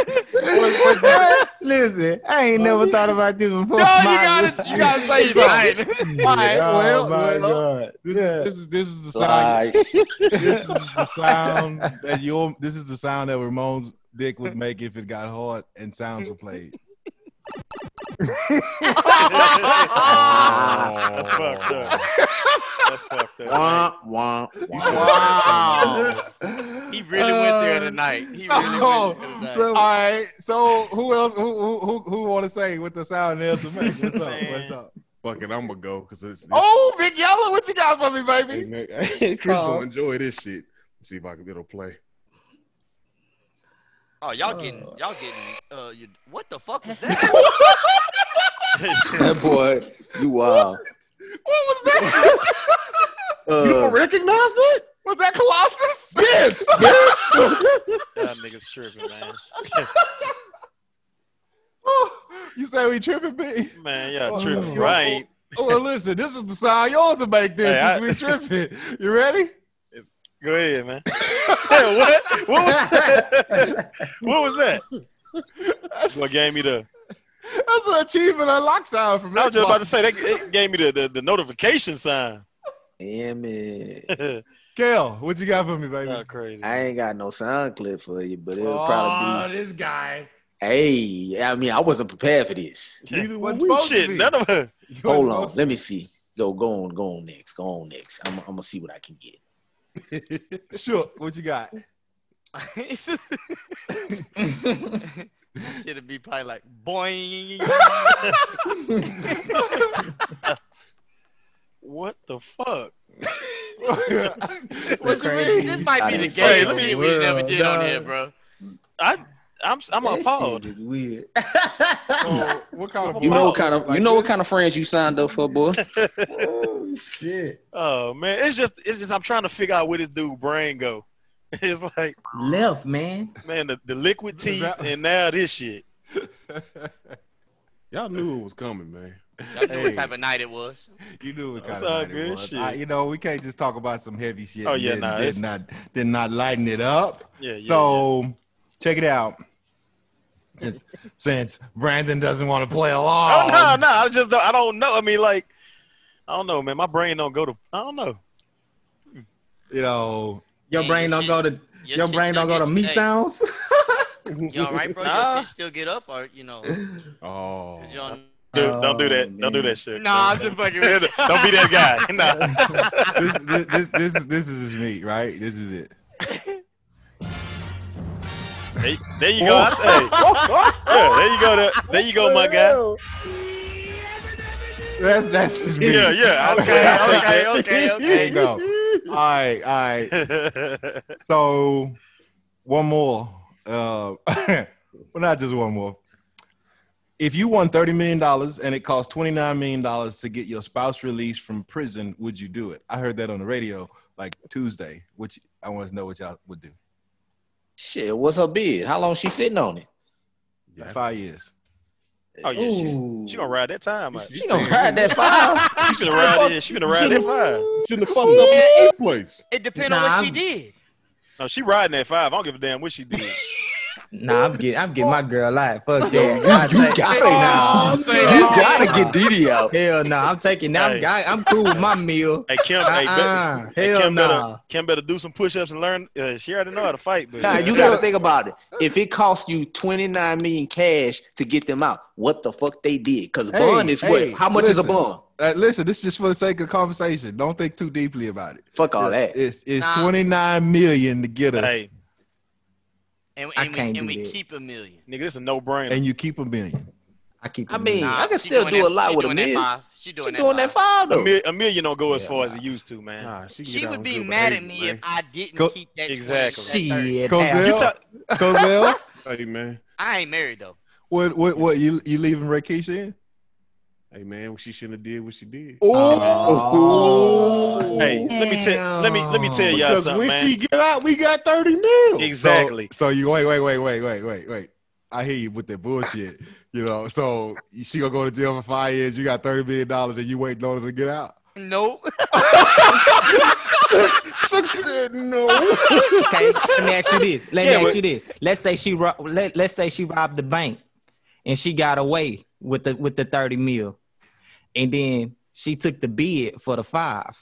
Listen, I ain't never thought about this Oh, No, you before. My- gotta you gotta say something. All right, well, oh my well, god. This, yeah. is, this is this is the sound. Like, This is the sound that your this is the sound that Ramon's dick would make if it got hard and sounds were played. That's fucked up. That's fucked up. wah, wah, You wah. Oh. should- Wow. He really went Uh, there tonight. He really went there Oh, tonight. so, all right. So who else? Who who who, who want to say with the sound nails to make? What's up? Man. What's up? Fuck it, I'm gonna go because it's, it's Oh, Big Yellow, what you got for me, hey, baby? man, Chris gonna Pause. enjoy this shit. See if I can get a play. Oh, y'all getting Uh. y'all getting uh you, what the fuck was that? That boy, you wow. What was that? Uh, you don't recognize that? was that Colossus? Yes. That nigga's tripping, man. Oh, you say we tripping, B? Man, y'all Oh, tripping, you- right? Oh, well, listen, this is the sound yours to make this. Hey, I- since we tripping. You ready? Go ahead, man. Hey, what? What was that? what was that? That's That's, what gave me the. that's an achievement unlock sound from I was just about to Xbox. say that it gave me the, the, the notification sign. Damn it. Kale, what you got for me, baby? Not crazy. I ain't got no sound clip for you, but it'll oh, probably this guy. be. Hey, I mean, I wasn't prepared for this. Neither What's were we. supposed to Shit, be? none of us. You Hold ain't on, supposed to- let me see. Go, go on, go on next, go on next. I'm, I'm gonna see what I can get. Sure, what you got? Should be probably like boing. What the fuck? what you crazy. mean? This might be Hey, the game let me- shit we never did on Nah. here, bro. I I'm I'm oh. appalled. It's weird. So, what kind of You know what bullshit? kind of you Like know what this? kind of friends you signed up for, boy. oh shit! Oh man, it's just it's just I'm trying to figure out where this dude brain go. It's like Left man. man, the, the liquid teeth That- and now this shit. Y'all knew it was coming, man. Y'all knew Hey. what type of night it was. You knew what kind That's of all night it good was. shit. I- you know, we can't just talk about some heavy shit. Oh, and yeah, then- nah, did it's- not did not lighten it up. Yeah, yeah. so check it out. Since since Brandon doesn't want to play yeah. along, Oh no, no, I just don't I don't know. I mean like I don't know, man. My brain don't go to I don't know. you know, Your Hey, brain your don't go to your shit brain still don't go to get- me hey, sounds. You all right, bro? Nah. Your shit still get up, or you know? 'cause Oh. you on- Dude, don't do Oh, that. Don't do man. that shit. Nah, I'm don't just fucking. don't with be you. that guy. Nah. this, this this this is this is me, right? This is it. There, there you go. I tell you. Yeah, there you go. There, there you go, my guy. That's that's just me. Yeah, yeah. I- Okay, I'll take okay, that. okay, There okay. you go. All right, all right. So one more. Uh, well, not just one more. If you won thirty million dollars and it cost twenty nine million dollars to get your spouse released from prison, would you do it? I heard that on the radio like Tuesday, which I want to know what y'all would do. Shit, what's her bid? How long she sitting on it? Yeah. Five years. oh yeah, she's, Ooh. she gonna ride that time. out. She gonna ride that file. She gonna ride it. She gonna ride that five. Shouldn't have fucked up in the first place. It depends Nah, on what she I'm- did. No, she riding that five. I don't give a damn what she did. Nah, I'm getting I'm getting my girl live. Fuck that. I You take- gotta, Oh, you say that. gotta get Diddy out. Hell no, I'm taking. I'm, Hey. I, I'm cool with my meal. Hey Kim, hey, bet- Uh-uh. hey, Hell Kim nah. better Kim better do some push-ups and learn. Uh, she already know how to fight, but Nah, you Shit. gotta think about it. If it cost you twenty nine million cash to get them out, what the fuck they did? Cause Hey, bond is hey, what? How much is listen. a bond? Uh, listen, this is just for the sake of conversation. Don't think too deeply about it. Fuck all it's that. it's, it's Nah. twenty nine million to get her, hey, And, I and can't we, do and we that. keep a million. nigga, this is a no-brainer. and you keep a million. I keep. it I mean, moving. I can still do a lot with a man. million. She She doing, doing that five. five a, though. mil- a million don't go as Yeah, far as it used to, man. Nah, she, can She get out would on be good mad at behavior, me if man. I didn't Go- keep that. Exactly. Shit. that third. Cozell? You asshole. talk- Cozell, Hey man, I ain't married though. what what what you you leaving Rakeisha in? hey man, she shouldn't have did what she did. Oh. hey, let me tell let me let me tell y'all Because something, when man. she get out, we got thirty mil. So- exactly. So, you wait, wait, wait, wait, wait, wait, wait. I hear you with that bullshit. You know, so she gonna go to jail for five years. You got thirty million dollars, and you waiting on her to get out. Nope. Six said no. okay, let me ask you this. Let Yeah, me ask but- you this. Let's say she ro- let let's say she robbed the bank, and she got away with the with the thirty mil, and then she took the bid for the five.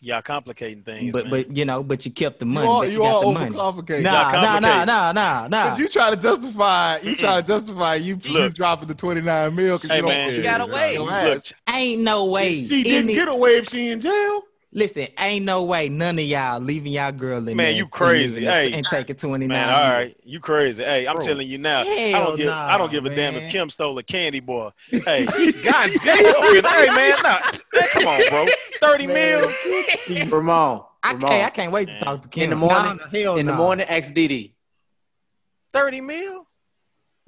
Y'all complicating things, but man. but you know, but you kept the money. you all, but she you got all the money. overcomplicated. Nah, nah, nah, complicated. nah, nah, nah. 'Cause you try to justify, you try to justify you, you Look. dropping the twenty nine mil because Hey, you don't man. care. She got Yeah, away. Your Look, ass. Ain't no way. She didn't any- get away if she in jail. Listen, ain't no way none of y'all leaving y'all girl in Man, there you and crazy. leaving it Hey. and taking twenty nine. Man, all right, you crazy. Hey, I'm Bro. telling you now. I Hell don't give. I nah, don't give a damn man. if Kim stole a candy bar. Hey, god damn. hey, man, nah, man, come on, bro. Thirty Man. mil. Ramon. I, Ramon. hey, I can't wait to talk to Kim In the morning- Nah, hell in the nah. morning, ask Diddy. Thirty mil.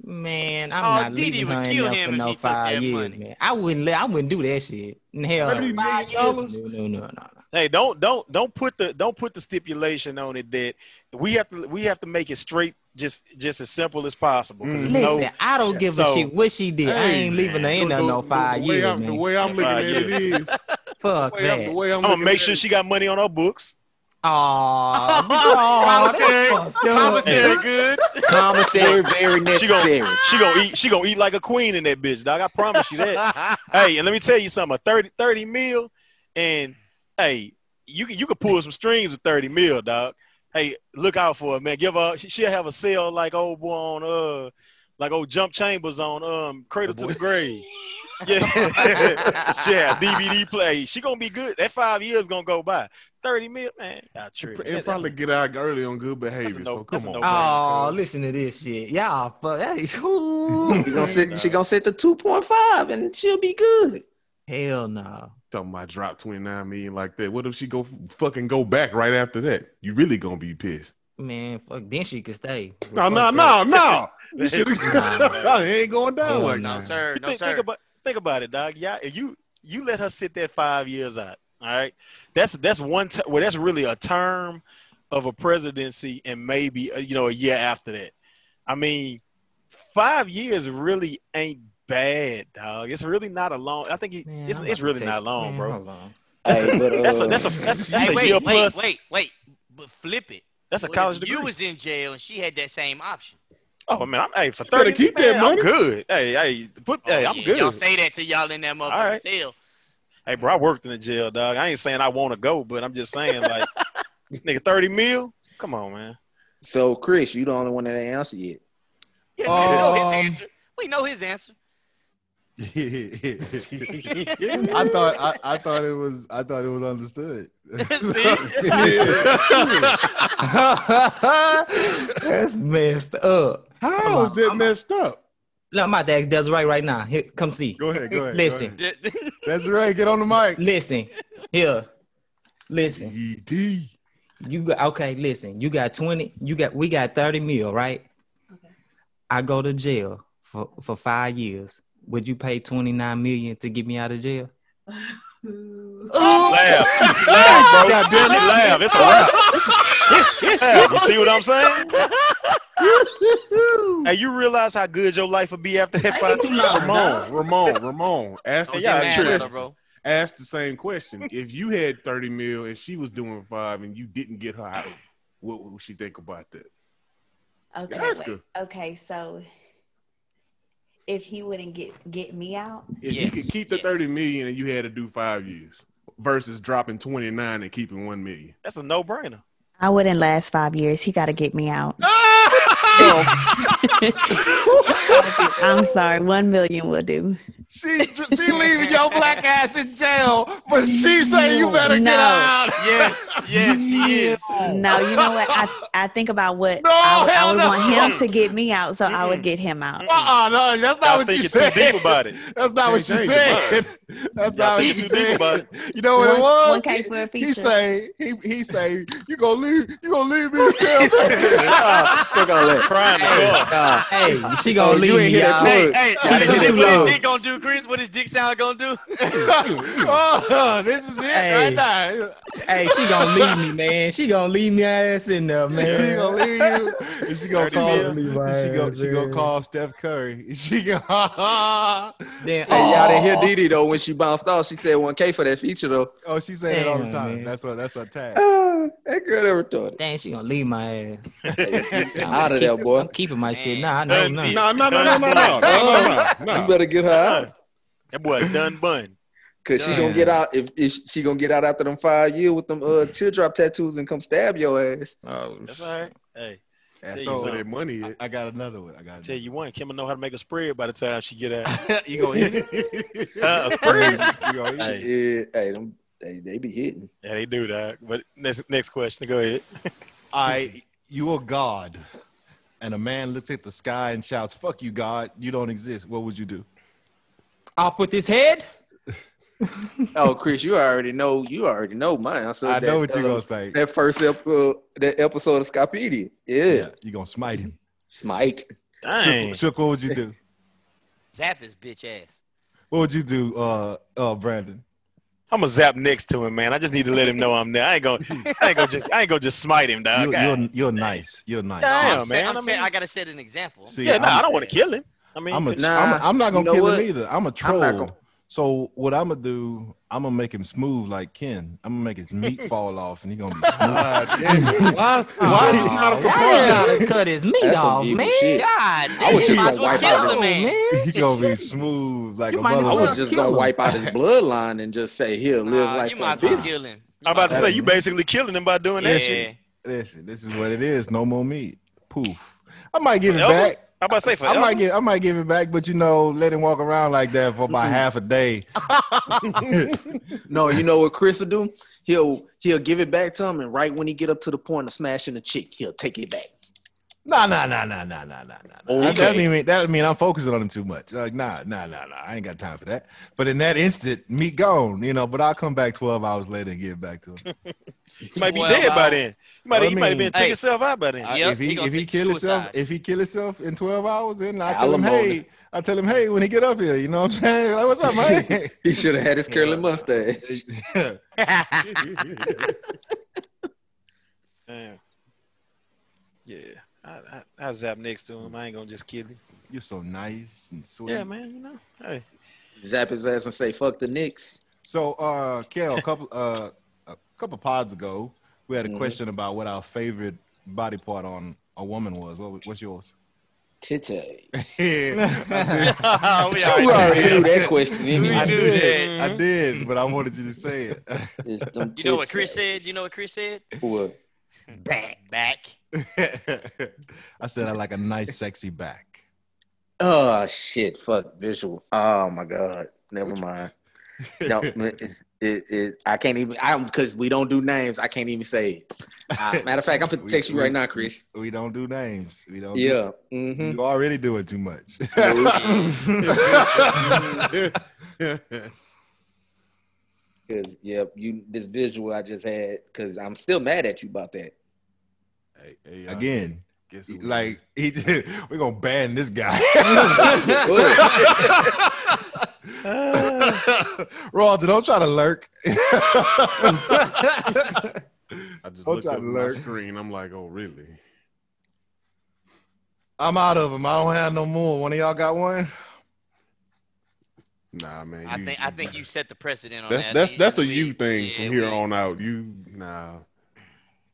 Man, I'm Oh, not Didi leaving would her in kill there him for if no he took five that years, money. man. I wouldn't let. I wouldn't do that shit. Hell, Thirty five million years? No, no, no, no. no. Hey, don't don't don't put the don't put the stipulation on it that we have to we have to make it straight. Just just as simple as possible. 'cause it's Mm. Listen, no- I don't give a So- shit what she did. I Hey, ain't leaving her man. in there no five the way years, I'm, The man. way I'm looking Five at it is, the Fuck way I'm, the that. way I'm, I'm gonna looking make at sure it- she got money on her books. Aw, aw, Commentary. that's fucked up. Commentary Oh, good. Commissary, very She gonna necessary. she gonna eat she gonna eat like a queen in that bitch, dog. I promise you that. hey, and let me tell you something. A 30, 30 mil, and hey, you can you can pull some strings with thirty mil, dog. Hey, look out for it, man. Give her. she- She'll have a sale like old boy on uh, like old Jump Chambers on um, Cradle to the Grave. Yeah, yeah. DVD play. She gonna be good. That five years gonna go by. Thirty mil, man. I trip. and probably get out early on good behavior. no- so that's come a on. no- Aw, Oh, listen to this shit. Y'all, fuck. That is She ooh. gonna sit. She gonna sit to two point five, and she'll be good. Hell no. Talking about drop 29 million like that. What if she go fucking go back right after that? You really gonna be pissed. Man, fuck. Then she could stay. Oh, No, no, Fuck no, no. You That's- should it ain't going down Hell like no. Oh, that. no sir, But no think, sir. think about think about it, dog. Yeah, if you you let her sit that five years out, all right. That's that's one. T- well, that's really a term of a presidency, and maybe uh, you know a year after that. I mean, five years really ain't bad, dog. It's really not a long. I think it, that. Man, it's, I'm it's about really to not text- long, man, bro. hold on. That's Hey, but, That's uh, a that's a that's, that's hey, a wait, year wait, plus. wait, wait. But flip it. That's a What college if degree. You was in jail and she had that same option. oh man, I'm hey for better thirty. keep man, that I'm money. good. Hey, hey, put hey, Oh, I'm yeah. good. Y'all say that to y'all in that motherfucking right. cell. Hey, bro, I worked in the jail, dog. I ain't saying I want to go, but I'm just saying, like, nigga, 30 mil? Come on, man. so Chris, you the only one that ain't answered yet. Yeah, we know Um, his answer. We know his answer. I thought I, I thought it was I thought it was understood. That's messed up. Come How on, is that I'm- messed up? Look, my dad's does right right now. Here, come see. Go ahead, go ahead. go Listen. ahead. That's right. Get on the mic. Listen, here, listen. ED. You got okay. Listen, you got twenty. You got we got thirty mil, right? I go to jail for for five years. Would you pay twenty nine million to get me out of jail? Laugh. She laugh, bro. She laugh. It's a wrap. Laugh. You see what I'm saying? hey, you realize how good your life would be after that five Ain't too long, nah. Ramon, Ramon, Ramon. Ask Oh, the Yeah, yeah, it's same true. man, question. bro. Ask the same question. If you had 30 mil and she was doing five and you didn't get her out, what would she think about that? Okay. Ask wait. Okay, so if he wouldn't get get me out, If you Yes, could keep the yes. 30 million and you had to do five years versus dropping 29 and keeping one million. That's a no brainer. I wouldn't last five years. He got to get me out. I'm sorry. One million will do. She she leaving your black ass in jail, but she say you better No. get out. Yes, yes, she is. No, you know what? I, I think about what No, I, would- I hell would no. want him to get me out, so I Mm-mm. would get him out. Uh-uh, no, that's not Y'all what you thinking said. too deep about it. That's not what she Can't change said. That's Y'all not what she thinking too deep said. about it. You know what One- it was? 1K for a he, he feature. say he he say you gonna leave you gonna leave me in jail. They're gonna let. Crying the car. Nah, Hey, she gonna you ain't leave me, hear y'all. that Hey, word. hey, He what is- took what too long. is dick gonna do, Chris? What is dick sound gonna do? oh, this is it Hey. right now. Hey, she gonna leave me, man. She gonna leave me ass in there, She man. gonna leave you. And she gonna 30 call. mil. She gonna she gonna call Steph Curry. She gonna. Then, Hey, y'all didn't hear oh. Didi though when she bounced off. She said 1K for that feature though. Oh, she saying it all the Damn, time. man. That's a that's a tag. Ah, that girl never thought it. Dang, she gonna leave my ass. I'm Out of there, keep- boy. I'm keeping my shit. Man. Nah, I know, no. No, no, no, no, no, no, no, no, You no. better get her out. That boy done bun. Cause she Damn. gonna get out if, if she gonna get out after them five years with them uh teardrop tattoos and come stab your ass. Oh, That's all right. Hey, Ask So- her where that money I, is. I got another one. I got. I another tell you one, Kim will know how to make a spread by the time she get out. one. you gonna eat it? Uh, a spread. You gonna eat it? Yeah, hey, them They they be hitting. Yeah, they do that. But next next question, go ahead. I, you are God, and a man looks at the sky and shouts, "Fuck you, God! You don't exist." What would you do? Off with his head. Oh, Chris, you already know. You already know mine. I, I said know that, what you're uh, gonna say. That first ep- uh, that episode of Scopedia. Yeah. Yeah, you're gonna smite him. Smite. Dang. Shook, Shook, what would you do? Zap his bitch ass. What would you do, uh, uh, Brandon? I'm gonna zap next to him, man. I just need to let him know I'm there. I ain't gonna, I ain't gonna just, I ain't gonna just smite him, dog. You, God. you're you're nice. You're nice. Nah, Damn, man, I'm Saying, I'm I saying mean- I gotta set an example. See, yeah, no, I'm- I don't want to kill him. I mean, I'm a, could- Nah, am I'm not gonna you know kill what? him either. I'm a I'm troll. not gonna- So what I'm gonna do? I'm gonna make him smooth like Ken. I'm gonna make his meat fall off, and he's gonna be smooth. Ah, damn. why? Why he's not a Why surprise? you gotta cut his meat That's off, some evil man. Oh, shit. God, I was damn, just might gonna as well wipe kill out the his- man. He's gonna be smooth like You a might as I mother. well. was just kill gonna him. wipe out his bloodline and just say here, live Nah, like you might as that well bitch. kill him. You I'm might about to as say well. you basically killing him by doing that shit. Yeah. Listen, this is what it is. No more meat. Poof. I might give it Forever? back. I'm about to say for I might give I might give it back, but you know, let him walk around like that for about half a day. No, you know what Chris will do? He'll he'll give it back to him, and right when he get up to the point of smashing the chick, he'll take it back. Nah, nah, nah, nah, nah, nah, nah, nah. nah. Okay. That don't mean that mean I'm focusing on him too much. Like, nah, nah, nah, nah. I ain't got time for that. But in that instant, meat gone, you know. But I'll come back 12 hours later and give it back to him. you might be Well, dead by well, then. You might, well, I you might mean- have been took Hey. yourself out by then. I- Yep, if he he, gonna if he take kill himself suicide. if he kill himself in 12 hours, then I tell him, Alimony. hey, I tell him, hey, when he get up here, you know what I'm saying? Like, what's up, man? he should have had his curly mustache. Damn. Yeah, I, I, I zap next to him. I ain't gonna just kill him. You're so nice and sweet. Yeah, man. You know, hey, Zap his ass and say fuck the Knicks. So, uh, Kel, a couple uh, a couple pods ago, we had a Mhm. question about what our favorite body part on a woman was. What, was- what's yours? Titty. Yeah, we You already already knew that question. We I Anyway. knew did. that. I did, but I wanted you to say it. It's them You know what Chris titties. said? You know what Chris said? What? Back. Back. I said I like a nice, sexy back. Oh shit! Fuck visual. Oh my god. Never mind. Don't. It, it, it- I can't even. I'm because we don't do names. I can't even say. It. Uh, matter of fact, I'm gonna We- text you we- right now, Chris. We don't do names. We don't. do- Yeah. Mm-hmm. you already doing too much. Cause yep, you this visual I just had. Cause I'm still mad at you about that. Hey, hey, I Again, guess it was- like he, we're gonna ban this guy. Good. Roger, don't try to lurk. I just I'll looked try up to my learn. screen. I'm like, oh really? I'm out of them. I don't have no more. One of y'all got one? Nah, man. I you- think I think you set the precedent on That's that. that's We- that's a we- you thing yeah, from here we- on out. You nah.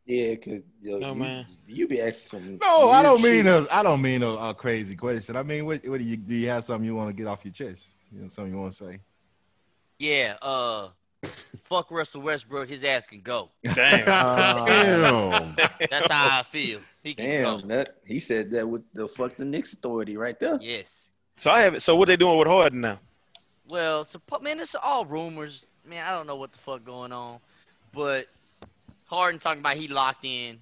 yeah, cause yo, No, you, man. you be asking some. No, I weird don't shit. mean a, I don't mean a, a crazy question. I mean, what, what do you do? You have something you want to get off your chest? You know, something you want to say? Yeah. Uh, fuck Russell Westbrook. His ass can go. damn. Damn. That's how I feel. He can Damn, go. that he said that with the fuck the Knicks authority right there. Yes. So I have it. So what they doing with Harden now? Well, suppo- man, it's all rumors. Man, I don't know what the fuck going on, but Harden talking about he locked in,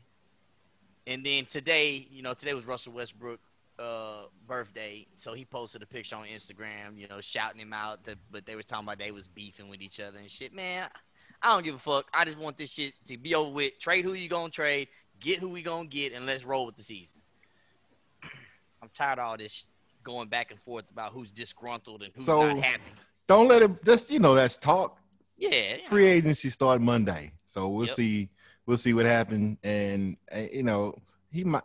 and then today, you know, today was Russell Westbrook uh birthday so he posted a picture on instagram you know shouting him out that, but they was talking about they was beefing with each other and shit man i don't give a fuck i just want this shit to be over with trade who you gonna trade get who we gonna get and let's roll with the season i'm tired of all this going back and forth about who's disgruntled and who's So- not happy Don't let it. Just you know, that's talk. yeah you Free agency start Monday, so we'll Yep. see. We'll see what happens, and uh, you know, he might.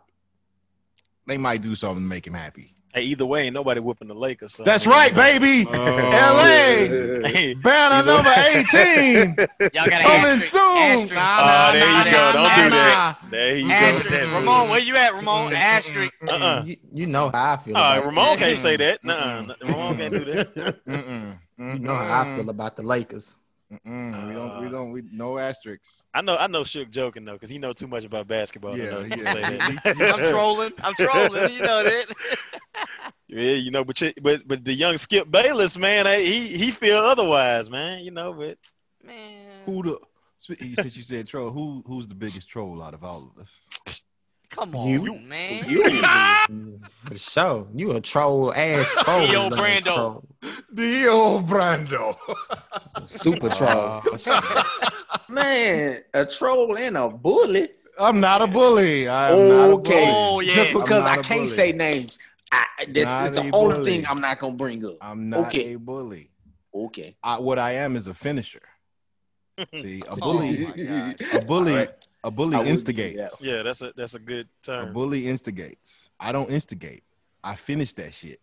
They might do something to make him happy. Hey, either way, ain't nobody whipping the Lakers. So That's right, baby. LA Hey, banner Either number eighteen Y'all gotta coming asterisk- soon. asterisk- Nah, Oh, there nah, you nah, go. Don't nah, do that. nah. there you go. with asterisk. that rule. Ramon, where you at, Mm. Ramon? Asterisk. Uh-uh. You, you know how I feel. All right, about Uh, Ramon the can't say that. Mm-mm. Nuh-uh. Ramon can't do that. Mm-mm. You know how I feel about the Lakers. Mm-mm. We don't. We Uh, don't. We no asterisks. I know. I know. Shook joking though, because he know too much about basketball. to Yeah, know he can yeah. say I'm that. trolling. I'm trolling. You know that. yeah, you know, but you, but but the young Skip Bayless man, eh, he he feel otherwise, man. You know, but Man, Who the? sp- You said you said troll. Who who's the biggest troll out of all of us? Come on, You- man. For sure. You a troll ass troll. Yo, looking Brando. troll. Dio Brando. Super Uh-uh. troll. Man, a troll and a bully. I'm not a bully. I'm Okay. not a bully. Oh yeah. Just I'm because not I a can't bully. say names. I, this Not is the a only bully. thing I'm not gonna bring Oh up. I'm not Okay. a bully. Okay. I, what I am is a finisher. See, Oh a bully, my God. a bully, All right. a bully I wouldn't do instigates. Yeah, that's a that's a good A term. bully instigates. I don't instigate. I finish that shit.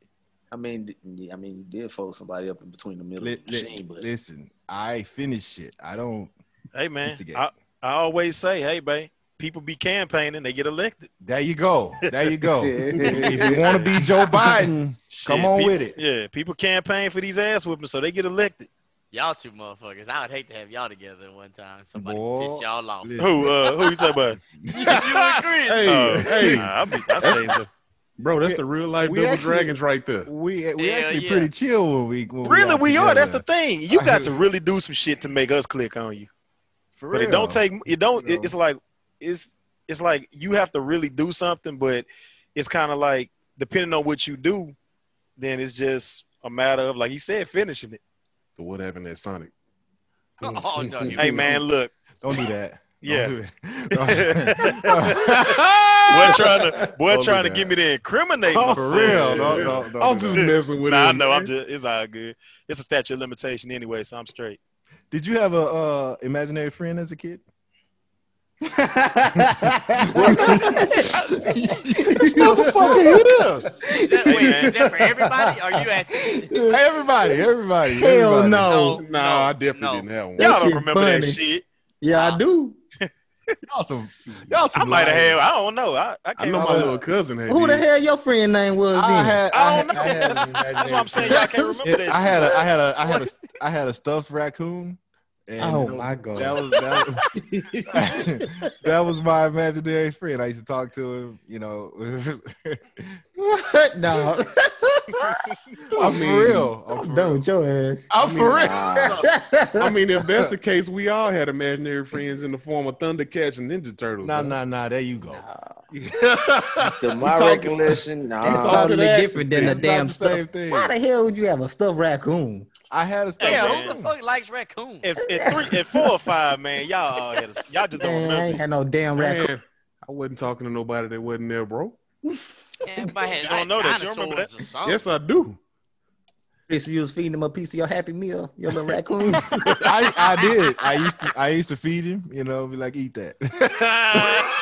I mean, th- yeah, I mean, you did fold somebody up in between the middle of Li- the li- machine, but listen, I finish shit. I don't. Hey man, Instigate. I, I always say, hey man, people be campaigning, they get elected. There you go. There you go. if you want to be Joe Biden, come Shit, on people- with it. Yeah, people campaign for these ass whoopings, so they get elected. Y'all two motherfuckers. I would hate to have y'all together at one time. Somebody Boy. piss y'all off. Listen. Who uh who you talking about? you and Chris. Hey, Oh, hey, nah, I, be, I stays up. bro, that's the real life We double actually- dragons right there. We we Yeah, actually yeah. pretty chill when we when Really, we are. That's the together. thing. You I got hear- to really do some shit to make us click on you. For But it real. don't take. It don't. Real. It, it's like it's it's like you have to really do something. But it's kind of like depending on what you do, then it's just a matter of like he said, finishing it. So what happened at Sonic? Oh, no, you- Hey man, look, Don't do that. yeah. Don't do that. Boy trying to boy Don't do trying to that. get me to incriminate Oh, For myself. real. shit. Don't, don't, don't I'm do just that. messing with Nah, I him, know. I'm man. just. It's all good. It's a statute of limitation anyway, so I'm straight. Did you have a uh, imaginary friend as a kid? This nigga fucking here. Is that, Hey, wait, man. is that for everybody? Are you asking? everybody, everybody. Hell everybody. No, no. Nah, no, I definitely no. didn't have one. Y'all That don't shit remember that funny. shit. Uh-uh. yeah, I do. Y'all some, y'all some I might have liars. had. I don't know. I, I I can't. know my remember. little cousin had Who the his. hell your friend name was I then? had. I don't had- know. I had That's- an imaginary That's what I'm saying. friend. Y'all can't remember that. It- I had shit. a, I had a, I had a, I had a stuffed raccoon. And oh my god. That was that was, that was my imaginary friend. I used to talk to him. You know, What? no, I'm for real. I'm for I'm real. done with your ass. I'm Oh, for real. Nah. I mean, if that's the case, we all had imaginary friends in the form of Thundercats and Ninja Turtles. Nah, bro. nah, nah. There you go. to my talking- recollection, nah. That's It's all totally action, different than man. a It's not damn the same stuff. thing. Why the hell would you have a stuffed raccoon? I had a stuffed Yeah, Yeah, who the raccoon. fuck likes raccoons? At, at three, at four or five, man, y'all all had. A, y'all just don't Man, I ain't remember. had no damn raccoon. Man, I wasn't talking to nobody that wasn't there, bro. Man, if I had, You don't I- know that. You remember dinosaurs or Oh. something. Yes, I do. Chris, you was feeding him a piece of your happy meal, your little raccoon. I, I did. I used to. I used to feed him. You know, be like, eat that.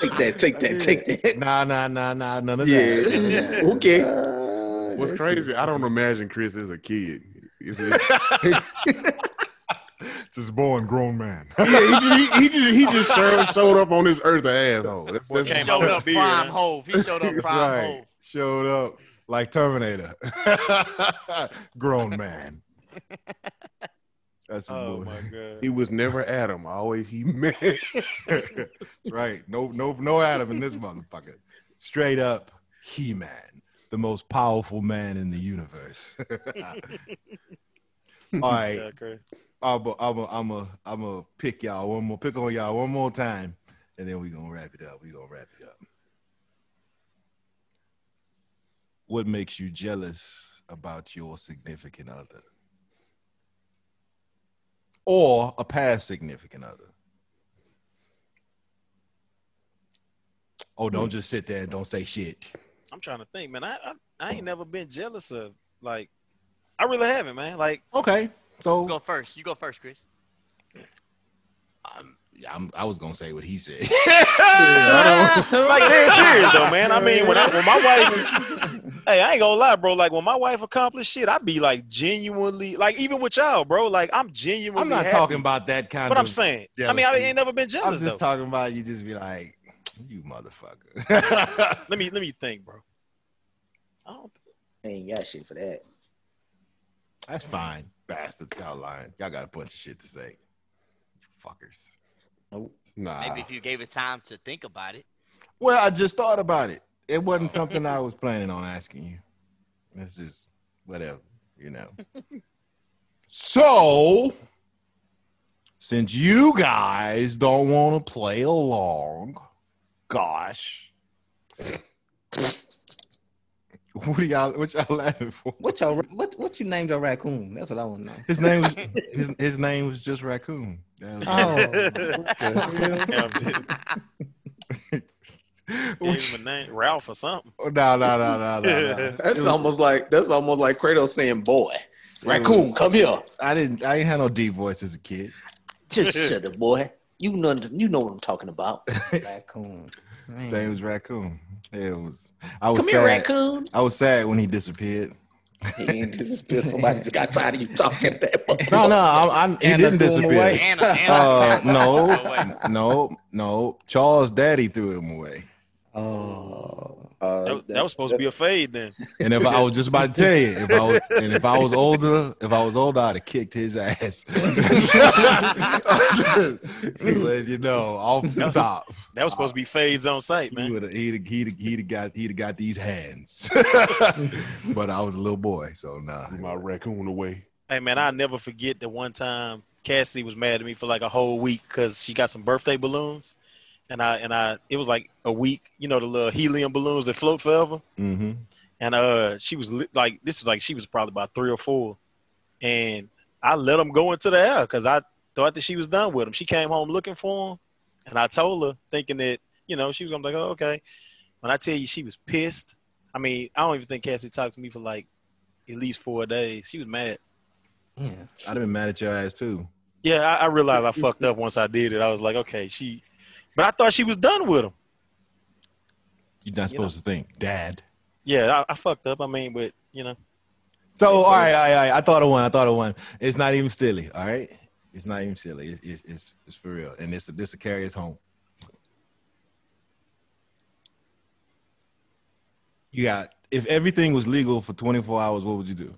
Take that, take that, take that. Nah, nah, nah, nah. None of that. None of Yeah. that. Okay. Uh, What's that crazy? I don't imagine Chris as a kid. It's- it's- Just born grown man. yeah, he just, he, he just, he just showed, showed up on this earth an asshole. That's, that's He Came showed out up with a prime beard. hove. He showed up That's prime right. hove. Showed up like Terminator. grown man. That's a Oh boy. my god. he was never Adam. Always he man. right. No, no, no Adam in this motherfucker. Straight up He Man, the most powerful man in the universe. All right. Yeah, Chris. I'm a, I'm a, I'm a, I'm a pick y'all one more, pick on y'all one more time, and then we gonna wrap it up. We gonna wrap it up. What makes you jealous about your significant other, or a past significant other? Oh, don't Hmm. just sit there and don't say shit. I'm trying to think, man. I, I I ain't never been jealous of like. I really haven't, man. Like Okay, You go so first. You go first, Chris. I'm, I'm, I was gonna say what he said. like dead serious though, man. I mean, when I, when my wife, hey, I ain't gonna lie, bro. Like when my wife accomplished shit, I be like genuinely, like even with y'all, bro. Like I'm genuinely. I'm not happy. talking about that kind But of. I'm saying, I mean, I jealousy. ain't never been I was jealous just though. talking about you just be like, you motherfucker. Let me let me think, bro. I don't. Ain't got shit for that. That's fine. Bastards, y'all lying. Y'all got a bunch of shit to say. Fuckers. Nah. Maybe if you gave it time to think about it. Well, I just thought about it. It wasn't something I was planning on asking you. It's just whatever, you know. so since you guys don't want to play along, gosh. What are y'all? What y'all laughing for? What your what what you named your raccoon? That's what I want to know. His name was his, his name was just raccoon. Oh, Gave him a name, Ralph or something. No, no, no, no, no, no. That's almost like that's almost like Kratos saying, "Boy, Mm. raccoon, come here. I didn't. I didn't have no deep voice as a kid. Just shut up, boy. You know, you know what I'm talking about. raccoon. His Man. name was Raccoon. Yeah, It was. I was Come sad. here, raccoon." I was sad when he disappeared. And this is pissed. Somebody just got tired of you talking that much. No, no, I, I, he Anna didn't threw him disappear. away. Anna, Anna. Uh, No way. no, no, no. Charles' daddy threw him away. Oh, Uh, That, that was supposed to be a fade then. And if I was just about to tell you, if I was, and if I was older, if I was older, I'd have kicked his ass. just letting you know off the top. That was supposed to be fades on site, He man. would have, he'd, he'd, he'd have got, he'd have got these hands. but I was a little boy, so nah. my raccoon away. Hey man, I'll never forget the one time Cassidy was mad at me for like a whole week because she got some birthday balloons. And I and I it was like a week, you know, the little helium balloons that float forever. Mm-hmm. and uh she was li- like this was like she was probably about three or four and i let them go into the air because i thought that she was done with him she came home looking for him and i told her thinking that you know she was gonna be like oh, okay when i tell you she was pissed i mean i don't even think cassie talked to me for like at least four days she was mad yeah. I'd have been mad at your ass too. yeah i, I realized i fucked up once i did it i was like okay she but i thought she was done with him You're not You know. supposed to think, Dad. yeah I, I fucked up i mean but you know So all right, all right, all right. I thought of one. I thought of one. It's not even silly. All right, it's not even silly. It's it's it's, it's for real. And it's this will carry us home. You got if everything was legal for 24 hours, what would you do?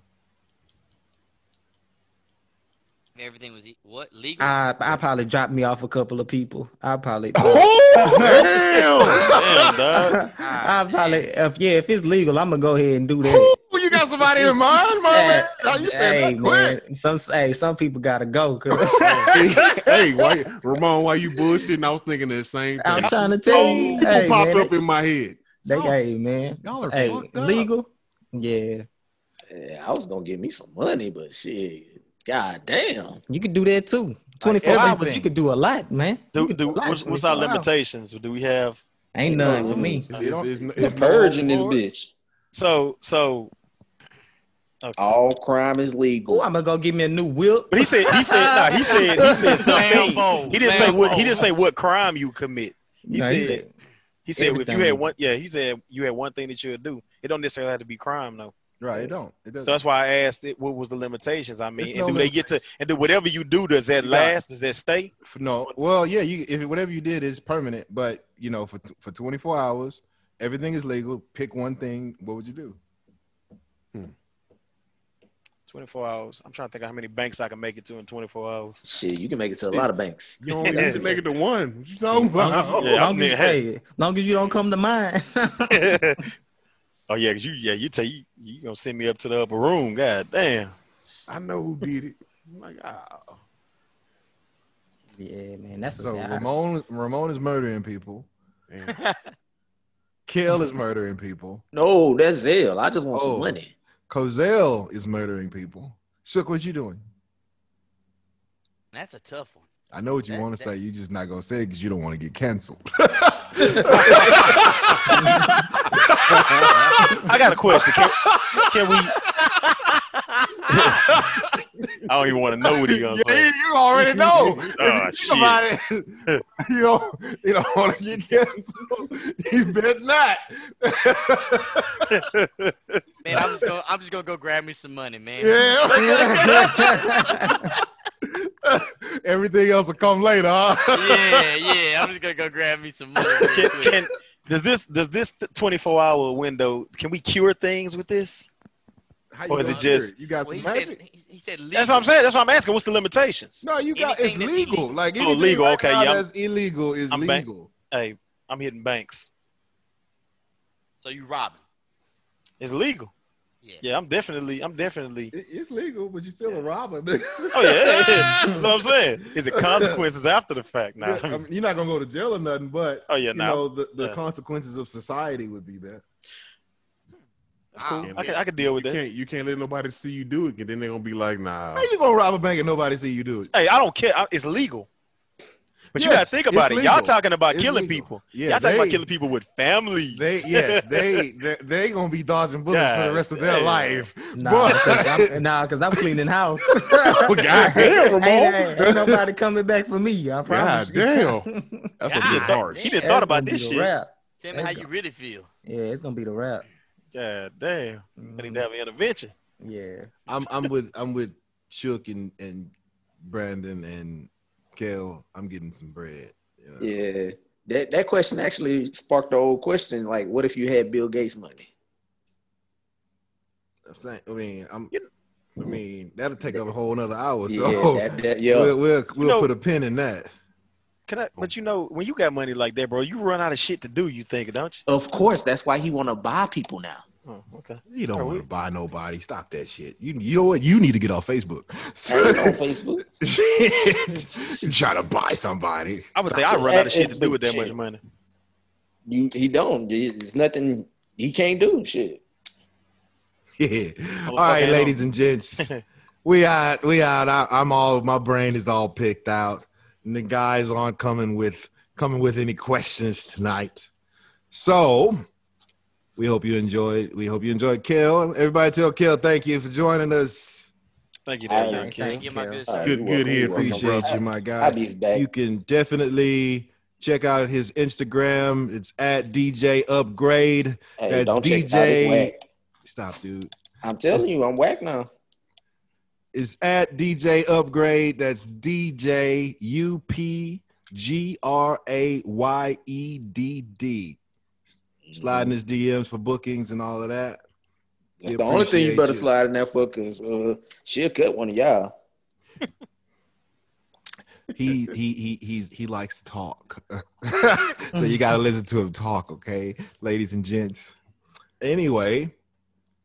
Everything was e- what legal. Ah, I I probably dropped me off a couple of people. I probably. Damn! damn dog I probably if yeah, if it's legal, I'm gonna go ahead and do that. Ooh, you got somebody in mind, my man? Oh, you hey, said that quick. man, some hey, some people gotta go. 'cause- hey, why, Ramon, why you bullshitting? I was thinking the same thing. I'm trying to tell you, people hey, popped man, up in my head. they, Y'all- hey man, y'all are hey, fucked up. legal, yeah, Yeah, I was gonna give me some money, but shit, god damn. you could do that too. 24 hours, you everything. could do a lot, man. You do, could do, a lot what's, in what's our 24 hours. limitations do we have Ain't none for me. You It's, it's, don't- it's, it's, The purge in this no- bitch. So so All crime is Oh, legal. I'm gonna go give me a new whip. but he said he said nah, he said he said something. Lambo, He didn't say what he Lambo. didn't say what crime you commit. He No, said he said if you everything. had one yeah, he said you had one thing that you would do. It don't necessarily have to be crime though. Right, it don't. It doesn't. So that's why I asked it what was the limitations. I mean, There's and no do they get to and do whatever you do, does that You got- last? Does that stay? no. Well, yeah. You if whatever you did is permanent, but you know for for 24 hours, everything is legal. Pick one thing. What would you do? Twenty four hours. I'm trying to think how many banks I can make it to in twenty four hours. Shit, you can make it to a lot of banks. You only need to make it to one. What you talking about? Yeah, long, I'm as, there. hey, long as you don't come to mine. oh yeah, cause you yeah, you take you, you gonna send me up to the upper room. God damn. I know who did it. I'm like, ah. yeah, man, that's So a Ramon Ramon is murdering people. Damn. Kale is murdering people. No, that's Zell. I just want Oh. some money. Cozell is murdering people. Shook, what you doing? That's a tough one. I know what you That- want to that- say. You just not gonna say it because you don't want to get canceled. I got a question. Can, can we? I don't even want to know what he's gonna say. Yeah, you already know. Oh, If you think about it, you don't, you don't want to get canceled. You bet not. Man, I'm just gonna I'm just gonna go grab me some money, man. yeah. Everything else will come later. Huh? yeah, yeah, I'm just gonna go grab me some money. real Can, quick. can does this does this 24 hour window? Can we cure things with this? How Or is gonna it do just- You got Well, some he, magic? said, he, he said legal. That's what I'm saying. That's what I'm asking. What's the limitations? no, you got. It's anything that's legal. illegal. Like Oh, anything legal, right okay, now yeah, I'm- that's illegal is I'm back. legal. Hey, I'm hitting banks. So you robbing. It's legal. Yeah. Yeah, I'm definitely, I'm definitely. It- it's legal, but you're still a robber. nigga. Oh yeah, yeah, yeah. that's what I'm saying. Is it consequences after the fact now? Yeah, I mean, you're not gonna go to jail or nothing, but oh yeah, you now know the, the yeah. consequences of society would be there. that's cool. Wow. I can, I can deal with You that. can't you can't let nobody see you do it, and then they're gonna be like, Oh. nah. How you gonna rob a bank and nobody see you do it? Hey, I don't care. I, it's legal. But you Yes, gotta think it's about it. Y'all legal. talking about It's killing legal. people. Yeah, Y'all talking about they- killing people with families. They yes, they they, they gonna be dodging bullets for God the rest of their damn. life. Nah, But- because I'm, nah, 'cause I'm cleaning house. Oh, goddamn, ain't, Ramon. ain't, ain't nobody coming back for me. I promise. God you. damn. That's he a big didn't, charge. thought, he didn't thought about this That's gonna be the shit. Rap. Tell me Let's how go. you really feel. Yeah, it's gonna be the rap. God damn. I need to Mhm. have an intervention. Yeah. I'm I'm with I'm with Shook and, and Brandon and Kel. I'm getting some bread. you know? Yeah. That that question actually sparked the old question. Like, what if you had Bill Gates money? I'm saying, I mean, I'm I mean, that'll take up a whole nother hour. So yeah, that, that, yeah. we'll we'll, we'll know- put a pin in that. Can I, but you know, when you got money like that, bro, you run out of shit to do. You think, don't you? Of course, that's why he want to buy people now. Oh, okay. You Are don't want we- to buy nobody. Stop that shit. You you know what? You need to get off Facebook. Ain't on Facebook. shit. You try to buy somebody. I would Stop think I'd it. run out of shit to Hey, do with that shit. much money. You he don't. There's nothing he can't do. Shit. Yeah. All Oh, right, okay, ladies and gents. we out. We out. I, I'm all. My brain is all picked out, and the guys aren't coming with coming with any questions tonight. So we hope you enjoyed. We hope you enjoyed. Kel, everybody, tell Kel thank you for joining us. Thank you, I there, ain't young Thank kid. you, my okay. good All sir. right, Good- you good welcome, here you welcome, Appreciate bro. you, my guy. I, be back. You can definitely check out his Instagram. It's at DJ Upgrade. hey, that's don't check it out. It's DJ. whack. Stop, dude. I'm telling you, I'm whack now. It's at DJ Upgrade. That's DJ U P G R A Y E D D. Sliding his DMs for bookings and all of that. That's We the only thing you appreciate better you. slide in that for, cause uh, she'll cut one of y'all. He he he he's he likes to talk. so you gotta listen to him talk, okay, ladies and gents. Anyway,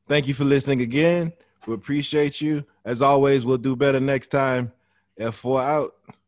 thank you for listening again. We appreciate you. As always, we'll do better next time. F4 out.